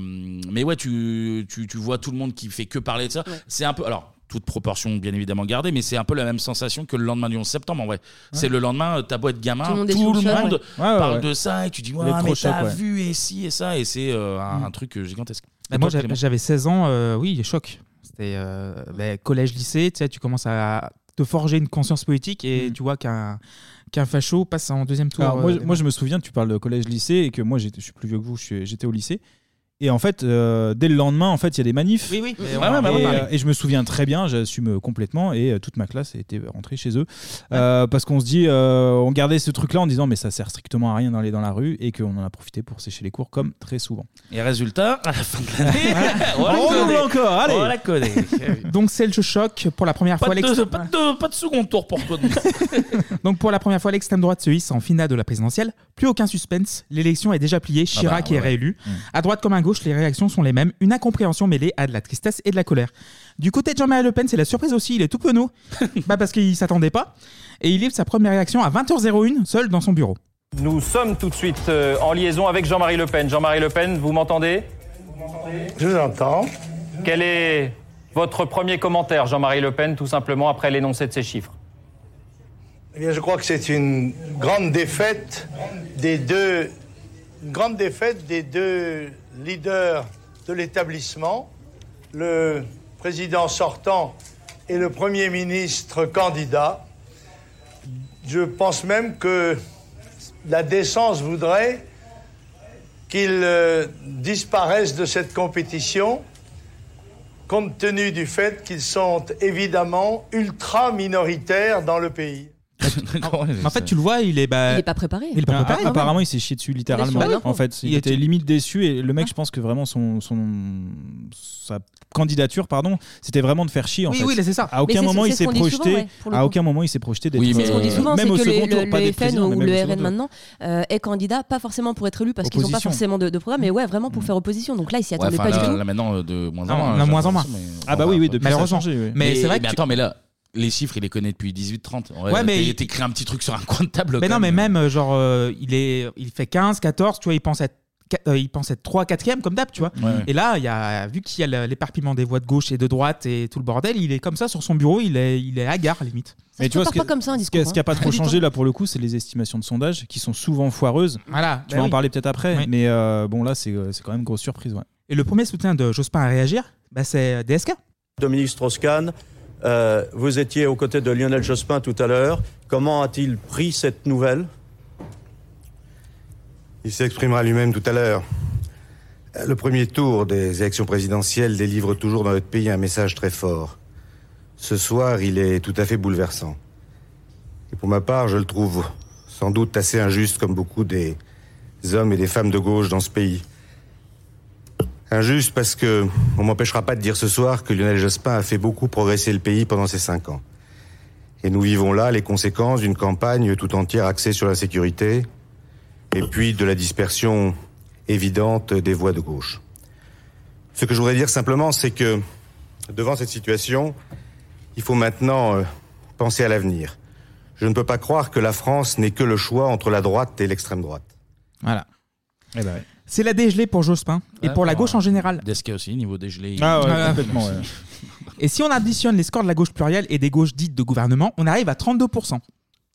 mais ouais, tu, tu tu vois tout le monde qui fait que parler de ça. C'est un peu alors toute proportion bien évidemment gardée, mais c'est un peu la même sensation que le lendemain du 11 septembre. En vrai, c'est le lendemain, euh, ta boîte gamin, Tout tout le le monde monde, est sous le choc, ouais. Ouais, ouais, parle ouais. de ça et tu dis Il ouais, est trop mais choc, t'as ouais. vu et si et ça et c'est euh, un, un truc euh, gigantesque. Et Et moi, toi, j'avais Clément j'avais 16 ans, euh, oui, choc. C'était euh, ben, collège, lycée, tu sais, tu commences à te forger une conscience politique et tu vois qu'un qu'un facho passe en deuxième tour. Hmm. Alors, moi, euh, je- moi, je me souviens, tu parles de collège-lycée et que moi, j'étais- je suis plus vieux que vous, je suis- j'étais au lycée. Et en fait, euh, dès le lendemain, en fait, il y a des manifs. Oui, oui. Et, Ouais, ouais, bah, et, ouais, euh, pareil. et je me souviens très bien, j'assume complètement. Et euh, toute ma classe était rentrée chez eux Euh, parce qu'on se dit, euh, on gardait ce truc-là en disant, mais ça sert strictement à rien d'aller dans la rue et qu'on en a profité pour sécher les cours comme très souvent. Et résultat, à la fin de l'année, On la connaît. roule encore, allez. On la connaît. Donc c'est le choc pour la première Pas fois. de, l'extrême- pas de- pas de second tour pour toi. donc. Donc pour la première fois, l'extrême droite se hisse en finale de la présidentielle. Plus aucun suspense, l'élection est déjà pliée, Chirac ouais, est ouais. réélu. À droite comme à gauche, les réactions sont les mêmes, une incompréhension mêlée à de la tristesse et de la colère. Du côté de Jean-Marie Le Pen, c'est la surprise aussi, il est tout penaud, bah parce qu'il s'attendait pas, et il livre sa première réaction à 20h01, seul dans son bureau. Nous sommes tout de suite euh, en liaison avec Jean-Marie Le Pen. Jean-Marie Le Pen, vous m'entendez Je vous entends. Quel est votre premier commentaire, Jean-Marie Le Pen, tout simplement après l'énoncé de ces chiffres Eh bien, je crois que c'est une grande défaite des deux, une grande défaite des deux leaders de l'établissement, le président sortant et le premier ministre candidat. Je pense même que la décence voudrait qu'ils euh, disparaissent de cette compétition compte tenu du fait qu'ils sont évidemment ultra minoritaires dans le pays. en fait, tu le vois, il est... Bah, Il est pas préparé. il est pas Ah, préparé, quand apparemment, même. il s'est chié dessus littéralement. Bah oui. en fait, il, Il était était- limite déçu et le mec, je pense que vraiment son, son sa candidature, pardon, c'était vraiment de faire chier. En Oui, fait. oui, là, c'est ça. À Mais aucun c'est- moment c'est il ce s'est qu'on dit souvent, projeté. ouais, pour le à coup. aucun moment il s'est projeté d'être. euh, Oui, mais- Ce qu'on dit souvent, c'est même au que second le, tour, le- pas le d'être FN président, mais ou même au le second RN tour. maintenant euh, est candidat, pas forcément pour être élu, parce qu'ils n'ont pas Opposition. Mm. forcément de, de programme, mais ouais, vraiment pour faire opposition. Donc là, ils s'y Ouais, attendaient enfin, pas là, du tout. là, maintenant, euh, de moins Ah, en moins. on a j'ai moins en moins. l'impression, mais- Ah bah oui, oui, depuis ça a Malheureusement. changé, oui. Mais c'est vrai que attends, mais là, les chiffres, il les connaît depuis 18-30. En vrai, Ouais, mais t'as- il- t'as écrit un petit truc sur un coin de table. Mais quand non, même. mais même, euh, genre, euh, il, est, il fait 15, 14, tu vois, il pense être. qua- euh, il pense être 3 4 comme d'hab, tu vois. Ouais, ouais. Et là, il y a, vu qu'il y a le- l'éparpillement des voix de gauche et de droite et tout le bordel, il est comme ça sur son bureau, il est, il est hagard limite. Mais tu vois, ce qui n'a hein. hein. pas trop changé là pour le coup, c'est les estimations de sondage qui sont souvent foireuses. Voilà, tu bah vas en oui. parler peut-être après, Oui. mais euh, bon là c'est c'est quand même grosse surprise. Ouais. Et le premier soutien de Jospin à réagir, bah, c'est DSK. Dominique Strauss-Kahn, euh, vous étiez aux côtés de Lionel Jospin tout à l'heure. Comment a-t-il pris cette nouvelle Il s'exprimera lui-même tout à l'heure. Le premier tour des élections présidentielles délivre toujours dans notre pays un message très fort. Ce soir, il est tout à fait bouleversant. Et pour ma part, je le trouve sans doute assez injuste comme beaucoup des hommes et des femmes de gauche dans ce pays. Injuste parce que on m'empêchera pas de dire ce soir que Lionel Jospin a fait beaucoup progresser le pays pendant ces cinq ans. Et nous vivons là les conséquences d'une campagne tout entière axée sur la sécurité, et puis de la dispersion évidente des voix de gauche. Ce que je voudrais dire simplement, c'est que devant cette situation, il faut maintenant euh, penser à l'avenir. Je ne peux pas croire que la France n'est que le choix entre la droite et l'extrême droite. Voilà. Eh ben C'est la dégelée pour Jospin et Ah, Ouais, pour la pour, gauche en général. Desca aussi, niveau dégelé. Ah ouais, il- complètement, ouais. Et si on additionne les scores de la gauche plurielle et des gauches dites de gouvernement, on arrive à 32%.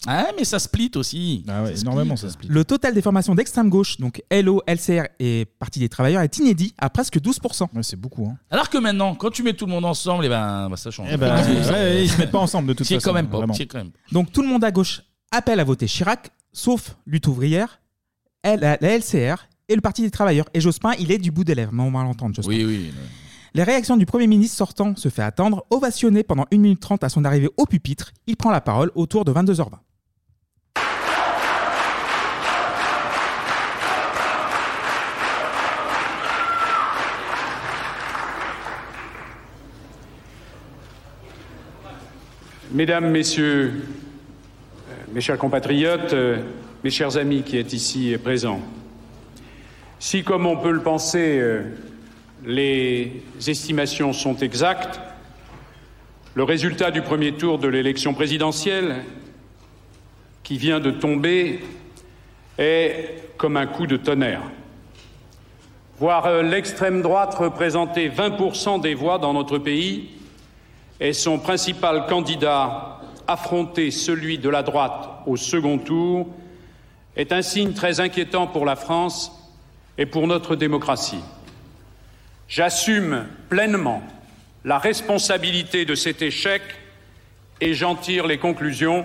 Ah, mais ça split aussi. Ah ouais, énormément, ça Le total des formations d'extrême gauche, donc LO, LCR et Parti des travailleurs, est inédit à presque 12%. c'est beaucoup. hein. Alors que maintenant, quand tu mets tout le monde ensemble, et ben, bah, ça change. Eh ben, ouais, ils se mettent pas ensemble, de toute T'y es façon, quand même pas. vraiment. t'y es quand même. Donc tout le monde à gauche appelle à voter Chirac, sauf lutte ouvrière, elle- la, la LCR et le Parti des travailleurs. Et Jospin, il est du bout des lèvres, mais on va l'entendre, Jospin. Oui, oui. Les réactions du Premier ministre sortant se fait attendre. Ovationné pendant 1 minute 30 à son arrivée au pupitre, il prend la parole autour de 22h20. Mesdames, Messieurs, euh, mes chers compatriotes, euh, mes chers amis qui êtes ici présents, si, comme on peut le penser, euh, les estimations sont exactes, le résultat du premier tour de l'élection présidentielle qui vient de tomber est comme un coup de tonnerre. Voir euh, l'extrême droite représenter 20% des voix dans notre pays et son principal candidat affronter celui de la droite au second tour est un signe très inquiétant pour la France et pour notre démocratie. J'assume pleinement la responsabilité de cet échec et j'en tire les conclusions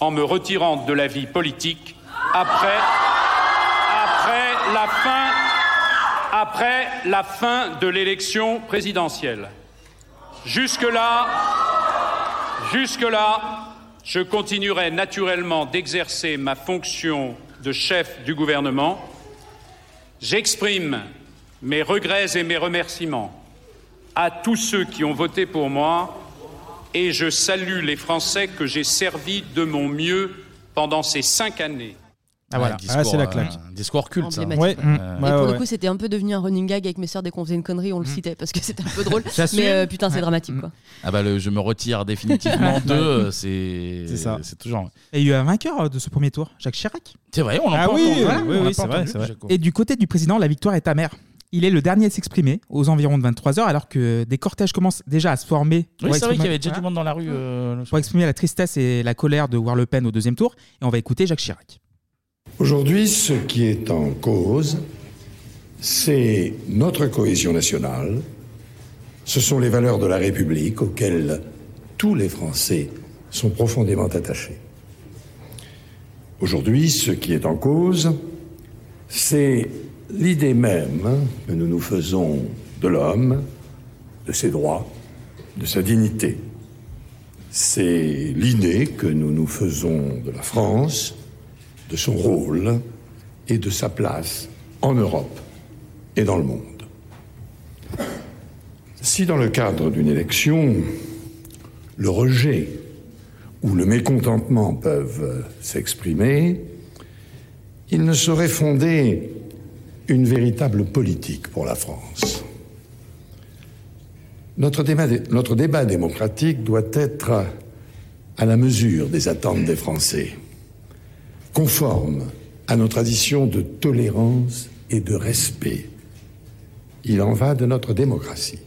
en me retirant de la vie politique après, après la fin après la fin de l'élection présidentielle. Jusque-là, jusque-là, je continuerai naturellement d'exercer ma fonction de chef du gouvernement. J'exprime mes regrets et mes remerciements à tous ceux qui ont voté pour moi et je salue les Français que j'ai servis de mon mieux pendant ces cinq années. Ah, voilà. un discours, Ah, c'est la claque. euh, un discours culte, ça. Emblématique. Ouais. Mm. Euh, Et pour le coup, c'était un peu devenu un running gag avec mes sœurs dès qu'on faisait une connerie, on le citait parce que c'était un peu drôle. J'assume. mais euh, putain, c'est Ouais. dramatique quoi. Ah bah, le, je me retire définitivement de. euh, C'est. C'est ça. C'est toujours. Et il y a eu un vainqueur euh, de ce premier tour, Jacques Chirac. C'est vrai, on l'a l'a pas entendu. On l'a pas entendu, Jacques. Et du côté du président, la victoire est amère. Il est le dernier à s'exprimer aux environs de 23h, alors que des cortèges commencent déjà à se former. pour Oui, c'est vrai exprimer- qu'il y avait déjà Voilà. du monde dans la rue. euh, le Pour exprimer la tristesse et la colère de voir Le Pen au deuxième tour, et on va écouter Jacques Chirac. Aujourd'hui, ce qui est en cause, c'est notre cohésion nationale, ce sont les valeurs de la République auxquelles tous les Français sont profondément attachés. Aujourd'hui, ce qui est en cause, c'est l'idée même que nous nous faisons de l'homme, de ses droits, de sa dignité. C'est l'idée que nous nous faisons de la France, de son rôle et de sa place en Europe et dans le monde. Si dans le cadre d'une élection, le rejet ou le mécontentement peuvent euh, s'exprimer, il ne saurait fonder une véritable politique pour la France. Notre débat, notre débat démocratique doit être à la mesure des attentes des Français conforme à nos traditions de tolérance et de respect. Il en va de notre démocratie.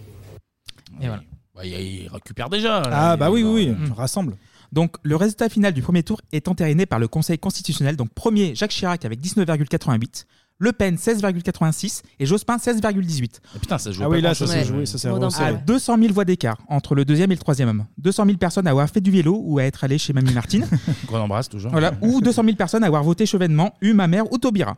Et voilà. Bah, il- il récupère déjà. Ah bah oui, oui, oui. rassemble. Donc le résultat final du premier tour est entériné par le Conseil constitutionnel. Donc premier, Jacques Chirac avec 19,88, Le Pen 16,86 et Jospin 16,18. Putain, ça joue. Ah pas oui, là, grand-chose. hein. ça s'est joué, ça s'est À 200 000 voix d'écart entre le deuxième et le troisième homme. 200 000 personnes à avoir fait du vélo ou à être allé chez Mamie Martine. Qu'on embrasse toujours. voilà. Ou 200 000 personnes à avoir voté Chevènement, U, ma mère ou Taubira.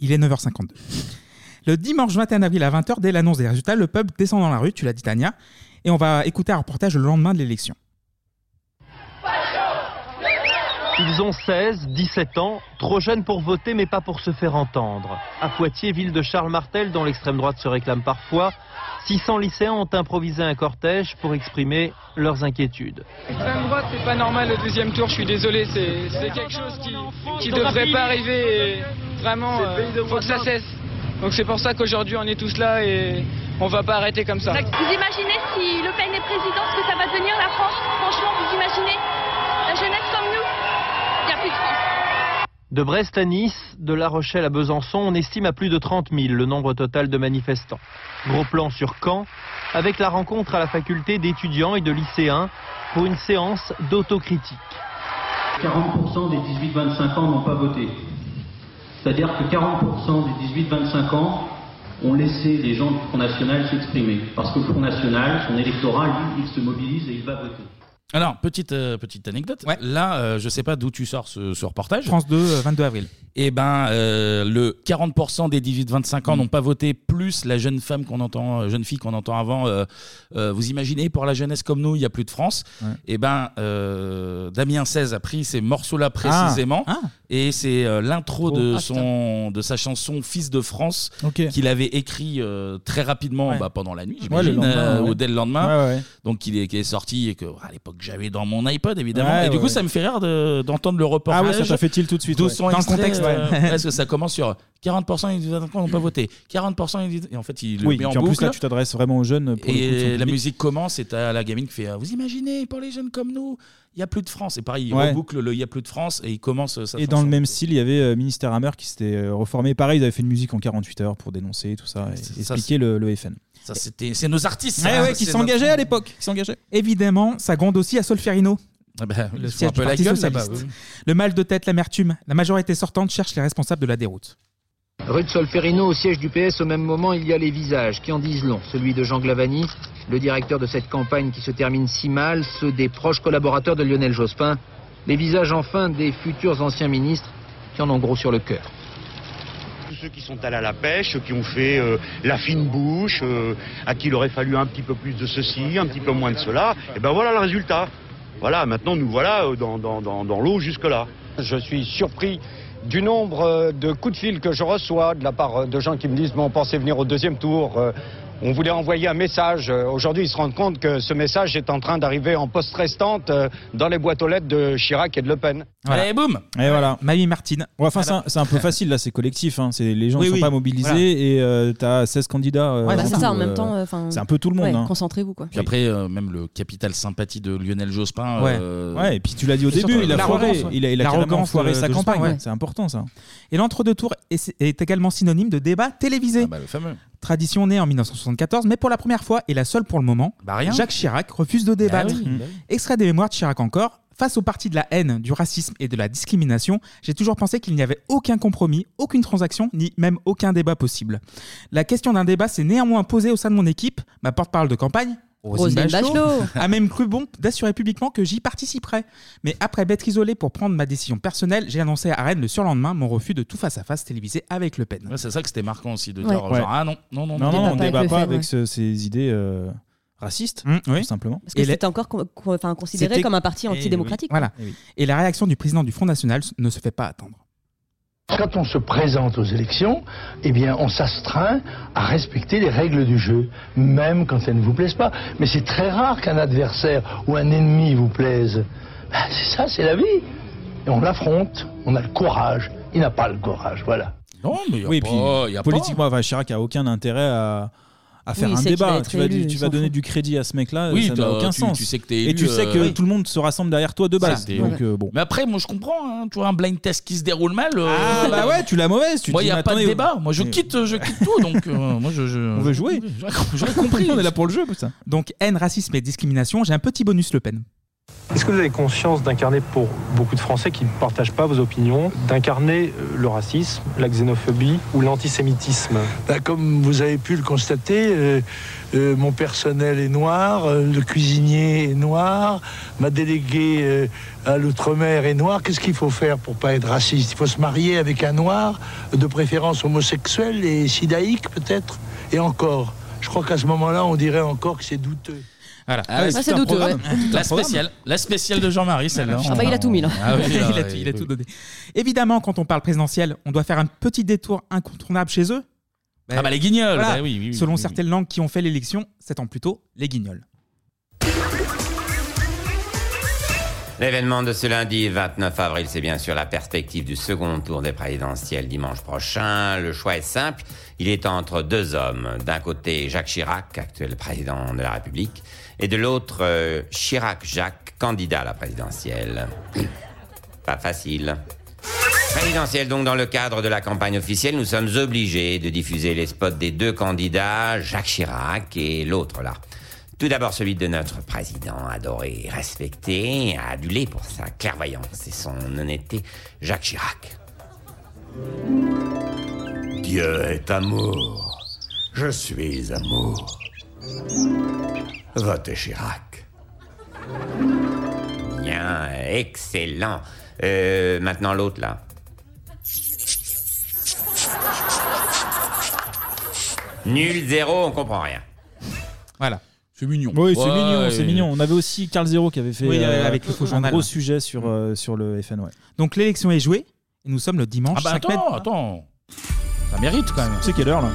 Il est 9h52. Le dimanche 21 avril à 20h, dès l'annonce des résultats, le peuple descend dans la rue, tu l'as dit Tania, et on va écouter un reportage le lendemain de l'élection. Ils ont 16, 17 ans, trop jeunes pour voter mais pas pour se faire entendre. À Poitiers, ville de Charles Martel, dont l'extrême droite se réclame parfois, 600 lycéens ont improvisé un cortège pour exprimer leurs inquiétudes. L'extrême droite, c'est pas normal le deuxième tour, je suis désolé, c'est c'est quelque chose qui, qui devrait pas arriver et vraiment, euh, faut que ça cesse. Donc c'est pour ça qu'aujourd'hui on est tous là et on va pas arrêter comme ça. Vous imaginez si Le Pen est président, ce que ça va devenir la France Franchement, vous imaginez La jeunesse comme nous Il n'y a plus de France. De Brest à Nice, de La Rochelle à Besançon, on estime à plus de 30 000 le nombre total de manifestants. Gros plan sur Caen, avec la rencontre à la faculté d'étudiants et de lycéens pour une séance d'autocritique. 40% des 18-25 ans n'ont pas voté. C'est-à-dire que 40% des 18-25 ans ont laissé les gens du Front National s'exprimer. Parce que le Front National, son électorat, lui, il se mobilise et il va voter. Alors, petite, euh, petite anecdote. Là, euh, je sais pas d'où tu sors ce, ce reportage. France 2, euh, 22 avril. Eh ben, euh, le 40% des 18-25 ans Mm. n'ont pas voté, plus la jeune femme qu'on entend, euh, jeune fille qu'on entend avant. euh, euh, vous imaginez, pour la jeunesse comme nous, il n'y a plus de France. Ouais. Eh ben, euh, Damien 16 a pris ces morceaux-là précisément, Ah. Ah. et c'est euh, Oh. l'intro de Ah, son, de sa chanson Fils de France Ok. qu'il avait écrit euh, très rapidement, bah, pendant la nuit, Ouais, le j'imagine, lendemain, euh, ouais. ou dès le lendemain. Ouais, ouais. Donc, il est, qui est sorti et que à l'époque j'avais dans mon iPod évidemment. Ouais, et du ouais, coup, ouais. ça me fait rire de- d'entendre le reportage. Ah ouais, ça t'a fait tilt tout de suite, D'où ouais. sont Dans le extraits, contexte, ouais. euh, ouais, parce que ça commence sur 40% ils disent qu'on n'ont pas voté. 40% ils disent. Et en fait, il le Oui, puis met en en, boucle. plus là, tu t'adresses vraiment aux jeunes. euh, Pour le coup, ils sont et la limites. musique commence et t'as la gamine qui fait euh, Vous imaginez, pour les jeunes comme nous, il n'y a plus de France. Et pareil, il Ouais. reboucle le Il n'y a plus de France et il commence euh, sa Et chanson. dans le même style, il y avait euh, Minister Hammer qui s'était euh, reformé. Pareil, ils avaient fait une musique en 48 heures pour dénoncer tout ça et expliquer le, le FN. Ça, c'était- c'est nos artistes. Ouais, ça, ouais, qui c'est s'engageaient notre- à l'époque, qui s'engageaient. Évidemment, ça gronde aussi à Solferino. Ah bah, ils le se font siège un peu du la Parti gueule, socialiste. là-bas, oui. Le mal de tête, l'amertume. La majorité sortante cherche les responsables de la déroute. Rue de Solferino, au siège du PS, au même moment, il y a les visages qui en disent long. Celui de Jean Glavani, le directeur de cette campagne qui se termine si mal, ceux des proches collaborateurs de Lionel Jospin, les visages enfin des futurs anciens ministres qui en ont gros sur le cœur. Tous ceux qui sont allés à la pêche, ceux qui ont fait euh, la fine bouche, euh, à qui il aurait fallu un petit peu plus de ceci, un petit peu moins de cela, et ben voilà le résultat. Voilà, maintenant nous voilà euh, dans, dans- dans- dans l'eau jusque-là. Je suis surpris du nombre euh, de coups de fil que je reçois de la part euh, de gens qui me disent Mais on pensait venir au deuxième tour. euh, On voulait envoyer un message. Euh, Aujourd'hui, ils se rendent compte que ce message est en train d'arriver en poste restante euh, dans les boîtes aux lettres de Chirac et de Le Pen. Eh, Allez, boum Et voilà. Mamie Martine. enfin, c'est un- c'est un, peu facile là, c'est collectif. hein. C'est- Les gens ne Oui, sont oui. pas mobilisés Voilà. et euh, t'as 16 candidats. euh, Ouais, bah, en c'est tout, ça, en euh, même temps. euh, 'fin, c'est un peu tout le monde, ouais, hein. Concentrez-vous, quoi. Puis après, euh, même le capital sympathie de Lionel Jospin. Ouais. euh, Ouais, et puis tu l'as dit au surtout début, il a l'arrogance, foiré. ouais. Il a, il a carrément L'arrogance foiré de- sa de campagne. Jospin, ouais. C'est important ça. Et l'entre-deux-tours est, est également synonyme de débat télévisé. Ah bah, Tradition née en 1974, mais pour la première fois et la seule pour le moment, Bah, rien. Jacques Chirac refuse de débattre. oui, bah oui. Extrait des mémoires de Chirac encore. Face aux partis de la haine, du racisme et de la discrimination, j'ai toujours pensé qu'il n'y avait aucun compromis, aucune transaction, ni même aucun débat possible. La question d'un débat s'est néanmoins posée au sein de mon équipe. Ma porte-parole de campagne, Roselyne Bachelot. a même cru bon d'assurer publiquement que j'y participerais. Mais après m'être isolé pour prendre ma décision personnelle, j'ai annoncé à Rennes le surlendemain mon refus de tout face-à-face télévisé avec Le Pen. c'est ça que c'était marquant aussi de Ouais. dire genre, Ouais. ah non, non, non, Non, non, on ne débat pas ouais. avec ce- ces idées euh, racistes, Mmh, tout simplement. Parce que c'était encore con- con- 'fin, considéré C'était- comme un parti Eh oui. antidémocratique. Voilà. Et la réaction du président du Front National ne se fait pas attendre. Quand on se présente aux élections, eh bien, on s'astreint à respecter les règles du jeu, même quand elles ne vous plaisent pas. Mais c'est très rare qu'un adversaire ou un ennemi vous plaise. Ben, c'est ça, c'est la vie. Et on l'affronte, on a le courage. Il n'a pas le courage, voilà. Non, Oh, mais y a oui, pas- puis, y a pas. politiquement, enfin, Chirac a aucun intérêt à, à faire Oui, il un sait qu'il va débat. être Tu vas, élu, tu il vas s'en donner fout. du crédit à ce mec-là, euh, Oui, ça t'as- n'a aucun tu- sens. tu sais que t'es Et tu élu, sais euh, que oui. tout le monde se rassemble derrière toi de base. C'était- Donc Ouais. euh, bon. Mais après, moi je comprends, hein, tu vois, un blind test qui se déroule mal. euh, Ah bah ouais, tu l'as mauvaise. Tu Moi, te dis, y a mais pas de attendez, débat. Moi, je mais- quitte, je quitte tout. Donc, euh, moi, je, On veut jouer. J'aurais compris. On est là pour le jeu, putain. Donc haine, racisme et discrimination, j'ai un petit bonus Le Pen. Est-ce que vous avez conscience d'incarner pour beaucoup de Français qui ne partagent pas vos opinions, d'incarner euh, le racisme, la xénophobie ou l'antisémitisme Bah, comme vous avez pu le constater, euh, euh, mon personnel est noir, euh, le cuisinier est noir, ma déléguée euh, à l'outre-mer est noire. Qu'est-ce qu'il faut faire pour pas être raciste Il faut se marier avec un noir, de préférence homosexuel et sidaïque peut-être, et encore. Je crois qu'à ce moment-là, on dirait encore que c'est douteux. Voilà. Ah ouais, c'est un programme. C'est un La programme. spéciale, la spéciale de Jean-Marie, celle-là. Ah bah, il a tout mis, là. Ah oui, Il a ah, tout- il a tout donné. Évidemment, quand on parle présidentiel, on doit faire un petit détour incontournable chez eux. Ah bah, les guignols, bah oui, oui, oui, Selon oui, oui. certaines langues qui ont fait l'élection, sept ans plus tôt, les guignols. L'événement de ce lundi 29 avril, c'est bien sûr la perspective du second tour des présidentielles dimanche prochain. Le choix est simple, il est entre deux hommes. D'un côté, Jacques Chirac, actuel président de la République, et de l'autre, euh, Chirac-Jacques, candidat à la présidentielle. Pas facile. Présidentielle donc dans le cadre de la campagne officielle, nous sommes obligés de diffuser les spots des deux candidats, Jacques Chirac et l'autre là. Tout d'abord celui de notre président adoré, respecté, adulé pour sa clairvoyance et son honnêteté, Jacques Chirac. Dieu est amour. Je suis amour. Votez Chirac. Bien, excellent. Euh, maintenant l'autre là. Nul, zéro, on comprend rien. Voilà. C'est mignon. Oui, c'est Ouais, mignon, c'est ouais. mignon. On avait aussi Carl Zero qui avait fait Oui, euh, avec le faux un journal. Ah gros sujet sur, euh, sur le FN. Ouais. Donc l'élection est jouée, et nous sommes le dimanche Ah bah 5 attends, mai. attends. Ça mérite quand même. C'est quelle heure là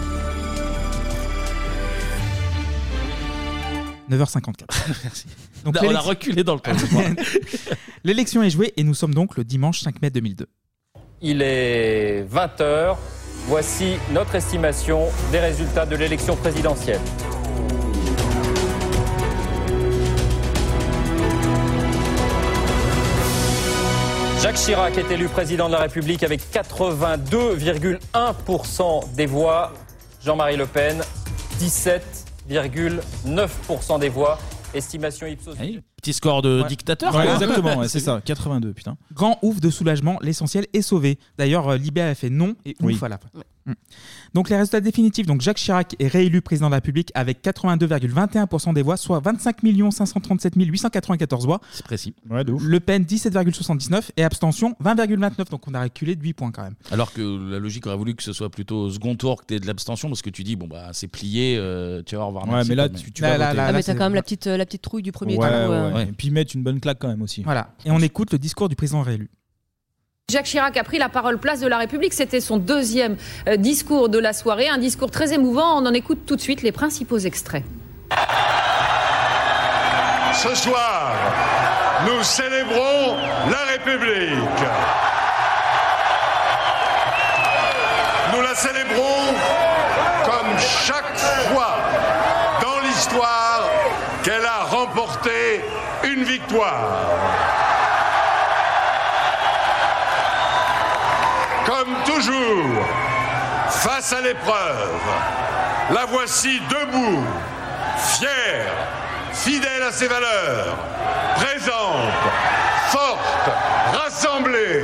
9h54. Non, on a l'élection- reculé dans le temps, je crois. L'élection est jouée et nous sommes donc le dimanche 5 mai 2002. Il est 20h. Voici notre estimation des résultats de l'élection présidentielle. Jacques Chirac est élu président de la République avec 82,1% des voix. Jean-Marie Le Pen, 17,9% des voix. Estimation Ipsos. Petit score de Ouais. Euh, dictateur. Ouais, quoi. exactement, ouais, c'est ça, 82, putain. Grand ouf de soulagement, l'essentiel est sauvé. D'ailleurs, euh, Libé a fait non et Oui. ouf à la fin. Mm. Donc les résultats définitifs, donc Jacques Chirac est réélu président de la République avec 82,21% des voix, soit 25 537 894 voix. C'est précis. Le Pen 17,79 et abstention 20,29, donc on a reculé de 8 points quand même. Alors que la logique aurait voulu que ce soit plutôt au second tour que t'aies de l'abstention parce que tu dis bon bah c'est plié, euh, tu vas revoir. Ouais, mais là, tu, tu vas voter. ah, mais t'as quand même la petite, euh, la petite trouille du premier Ouais, tour. ouais, euh. ouais. Et puis mettre une bonne claque quand même aussi. Voilà. Et on écoute le discours du président réélu. Jacques Chirac a pris la parole place de la République. C'était son deuxième euh, discours de la soirée, un discours très émouvant. On en écoute tout de suite les principaux extraits. Ce soir, nous célébrons la République. Nous la célébrons comme chaque fois dans l'histoire qu'elle a remporté une victoire. Comme toujours, face à l'épreuve, la voici debout, fière, fidèle à ses valeurs, présente, forte, rassemblée.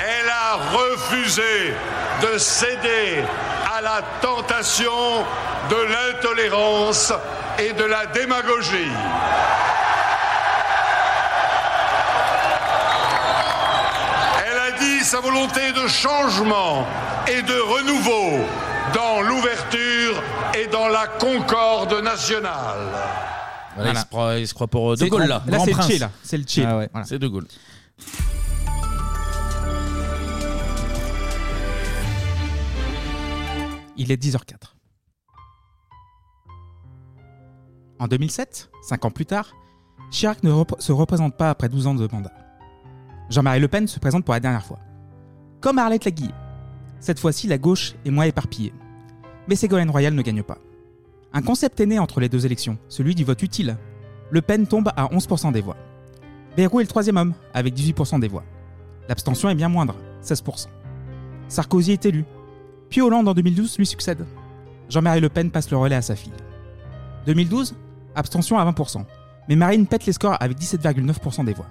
Elle a refusé de céder à la tentation de l'intolérance et de la démagogie. Elle a dit sa volonté de changement et de renouveau dans l'ouverture et dans la concorde nationale. Voilà, Il, se croit, il se croit pour euh, De C'est- Gaulle là. là, c'est le Grand chill, prince. là. C'est le chill. Ah ouais. Voilà. C'est De Gaulle. Il est 10h04. En 2007, 5 ans plus tard, Chirac ne rep- se représente pas après 12 ans de mandat. Jean-Marie Le Pen se présente pour la dernière fois. Comme Arlette Laguille. Cette fois-ci, la gauche est moins éparpillée. Mais Ségolène Royal ne gagne pas. Un concept est né entre les deux élections, celui du vote utile. Le Pen tombe à 11% des voix. Bayrou est le troisième homme, avec 18% des voix. L'abstention est bien moindre, 16%. Sarkozy est élu. Puis Hollande en 2012 lui succède. Jean-Marie Le Pen passe le relais à sa fille. 2012, abstention à 20%, mais Marine pète les scores avec 17,9% des voix.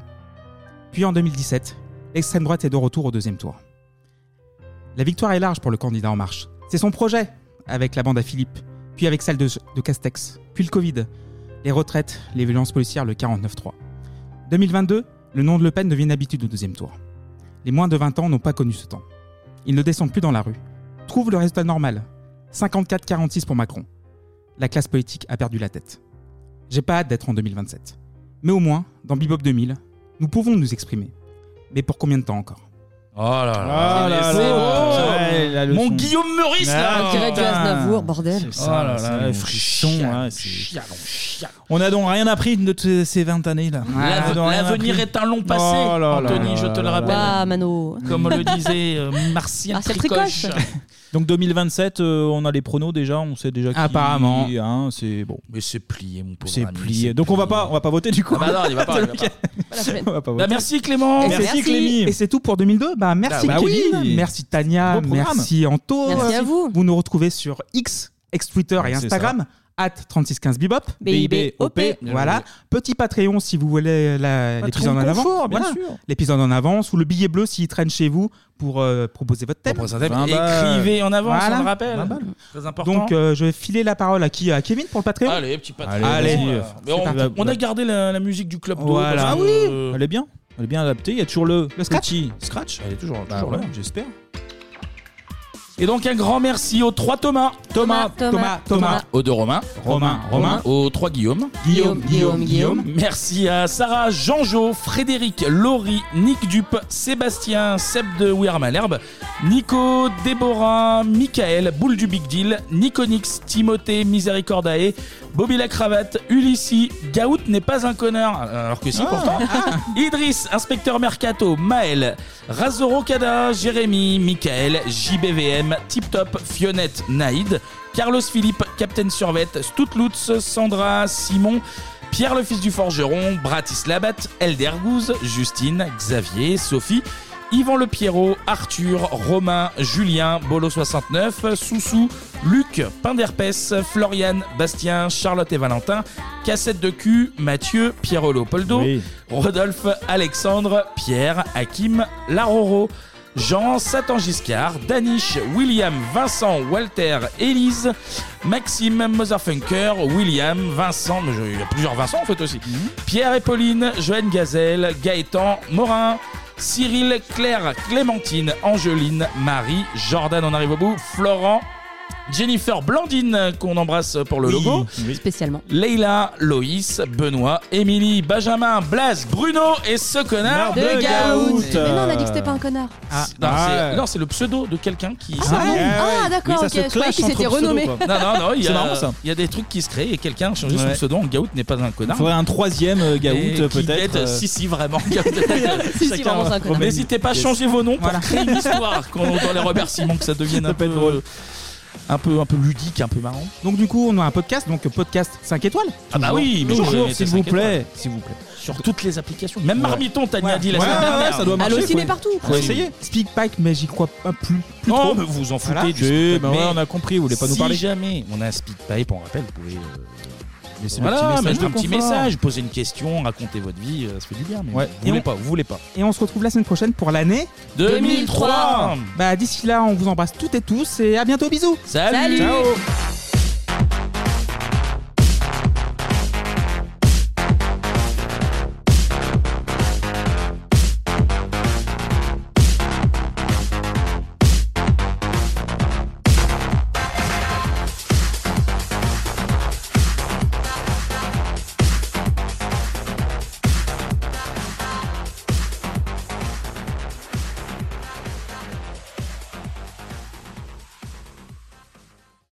Puis en 2017, l'extrême droite est de retour au deuxième tour. La victoire est large pour le candidat En Marche. C'est son projet, avec la bande à Philippe, puis avec celle de, de Castex, puis le Covid, les retraites, les violences policières, le 49-3. 2022, le nom de Le Pen devient une habitude au deuxième tour. Les moins de 20 ans n'ont pas connu ce temps. Ils ne descendent plus dans la rue. Trouvent le résultat normal. 54-46 pour Macron. La classe politique a perdu la tête. J'ai pas hâte d'être en 2027. Mais au moins, dans Bebop 2000, nous pouvons nous exprimer. Mais pour combien de temps encore Oh là Ah là C'est là. beau. Ouais, la leçon. Mon Guillaume Meurice là Ah, Dirait du Aznavour, bordel. C'est Oh là ça, là, c'est mon frisson, chialon, hein, ouais, c'est- chialon, chialon. On a donc rien appris de toutes ces 20 années là. L'ave- On a rien l'avenir appris. est un long passé, Oh là là Anthony, là je te là le là rappelle. hein. là. Ah, Mano. Comme le disait euh, Martien Martial Tricoche. Tricoche. Donc 2027, euh, on a les pronos déjà, on sait déjà qui. Apparemment. hein, c'est bon. Mais c'est plié, mon pauvre. C'est ami, plié. Donc on va pas, on va pas voter du coup. Ah bah non, il va pas, il va Donc, pas. on va pas voter. Bah, merci Clément. Et c'est- Et c'est tout pour 2002. Bah merci Bah, bah oui. Kevin, merci Tania, Beau programme. merci Anto. Merci à vous. Vous nous retrouvez sur X, ex Twitter et C'est Instagram. At 3615bibop, B-I-B-O-P. Voilà. Petit Patreon si vous voulez la- Patreon l'épisode en avant. confort, bien Voilà. sûr. L'épisode en avance ou le billet bleu s'il traîne chez vous pour euh, proposer votre thème. Proposer un thème. Écrivez en avance, on le rappelle. 20 balles. Très important. Donc euh, je vais filer la parole à qui À Kevin pour le Patreon Allez, petit patron. Allez, Mais on, on a gardé la, la musique du club. d'eau, Voilà. Ah parce que- Elle est bien. Elle est bien adaptée. Il y a toujours le, scratch petit scratch. Elle est toujours, Bah toujours ouais. là, j'espère. Et donc un grand merci aux trois Thomas. Thomas, Thomas, Thomas, Thomas. Aux deux Romain. Romain, Romain. Aux trois Guillaume. Guillaume, Guillaume, Guillaume. Merci à Sarah, Jean-Jo, Frédéric, Laurie, Nick Dupe, Sébastien, Seb de We Are Malherbe, Nico, Déborah, Michael, Boule du Big Deal, Niconix, Timothée, Miséricordae, Bobby la Cravate, Ulysse, Gaout n'est pas un connard, alors que si Ah. pourtant. Idriss, inspecteur Mercato, Maël, Razoro Kada, Jérémy, Michael, JBVM, Tip Top, Fionnette, Naïd, Carlos Philippe, Captain Survette, Stoutlutz, Sandra, Simon, Pierre le fils du forgeron, Bratislabat, Eldergouz, Justine, Xavier, Sophie, Yvan Le Pierrot, Arthur, Romain, Julien, Bolo69, Soussou, Luc, Pinderpes, Florian, Bastien, Charlotte et Valentin, Cassette de cul, Mathieu, Pierre Leopoldo, Rodolphe, Alexandre, Pierre, Hakim, Laroro, Jean, Satan Giscard, Danish, William, Vincent, Walter, Élise, Maxime, Motherfunker, William, Vincent, mais je- il y a plusieurs Vincent en fait aussi, Pierre et Pauline, Joanne Gazelle, Gaëtan, Morin, Cyril, Claire, Clémentine, Angeline, Marie, Jordan, on arrive au bout, Florent, Jennifer Blandine, qu'on embrasse pour le logo. Spécialement. Leila, Loïs, Benoît, Émilie, Benjamin, Blaise, Bruno et ce connard De Gaout. Mais non, on a dit que c'était pas un connard. Ah, non, c'est- non, c'est le pseudo de quelqu'un qui. Ah, pardon. Ah, d'accord, ça ok, se je croyais clash qu'il entre s'était pseudos, renommé. quoi. Non, non, non, il y, C'est marrant, a, ça. il y a des trucs qui se créent et quelqu'un a changé son Ouais. pseudo en Gaout n'est pas un connard. Faudrait un troisième euh, Gaout Et euh, qui peut-être. guette, euh, Si, si, vraiment. Gaout. si, Chacun- vraiment, c'est un connard. N'hésitez pas à Yes. changer vos noms pour Voilà. créer une histoire quand on- dans les remerciements que ça devienne un peu, un peu un peu ludique, un peu marrant. Donc du coup, on a un podcast, donc podcast 5 étoles. Ah bah oui, mais toujours, toujours, s'il c'est vous cinq plaît, étoiles. s'il vous plaît. Sur toutes les applications. Même Ouais. Marmiton, Tania Ouais. dit la Ouais, semaine ouais, dernière. ouais, ça doit marcher. Allociné faut- partout. Faut essayer. Speakpipe, mais j'y crois pas plus. plus Non, trop. Oh, mais vous en foutez Voilà. Eh ben du speed pipe. Mais Mais si si jamais on a un speed pipe, on rappelle, vous pouvez euh, laisser un voilà, petit message mettre un de petit confort. message, poser une question, raconter votre vie, euh, ça fait du bien. Mais Ouais. vous voulez Et on- pas, vous voulez pas. Et on se retrouve la semaine prochaine pour l'année 2003. Bah d'ici là, on vous embrasse toutes et tous et à bientôt, bisous. Salut. Salut. Ciao.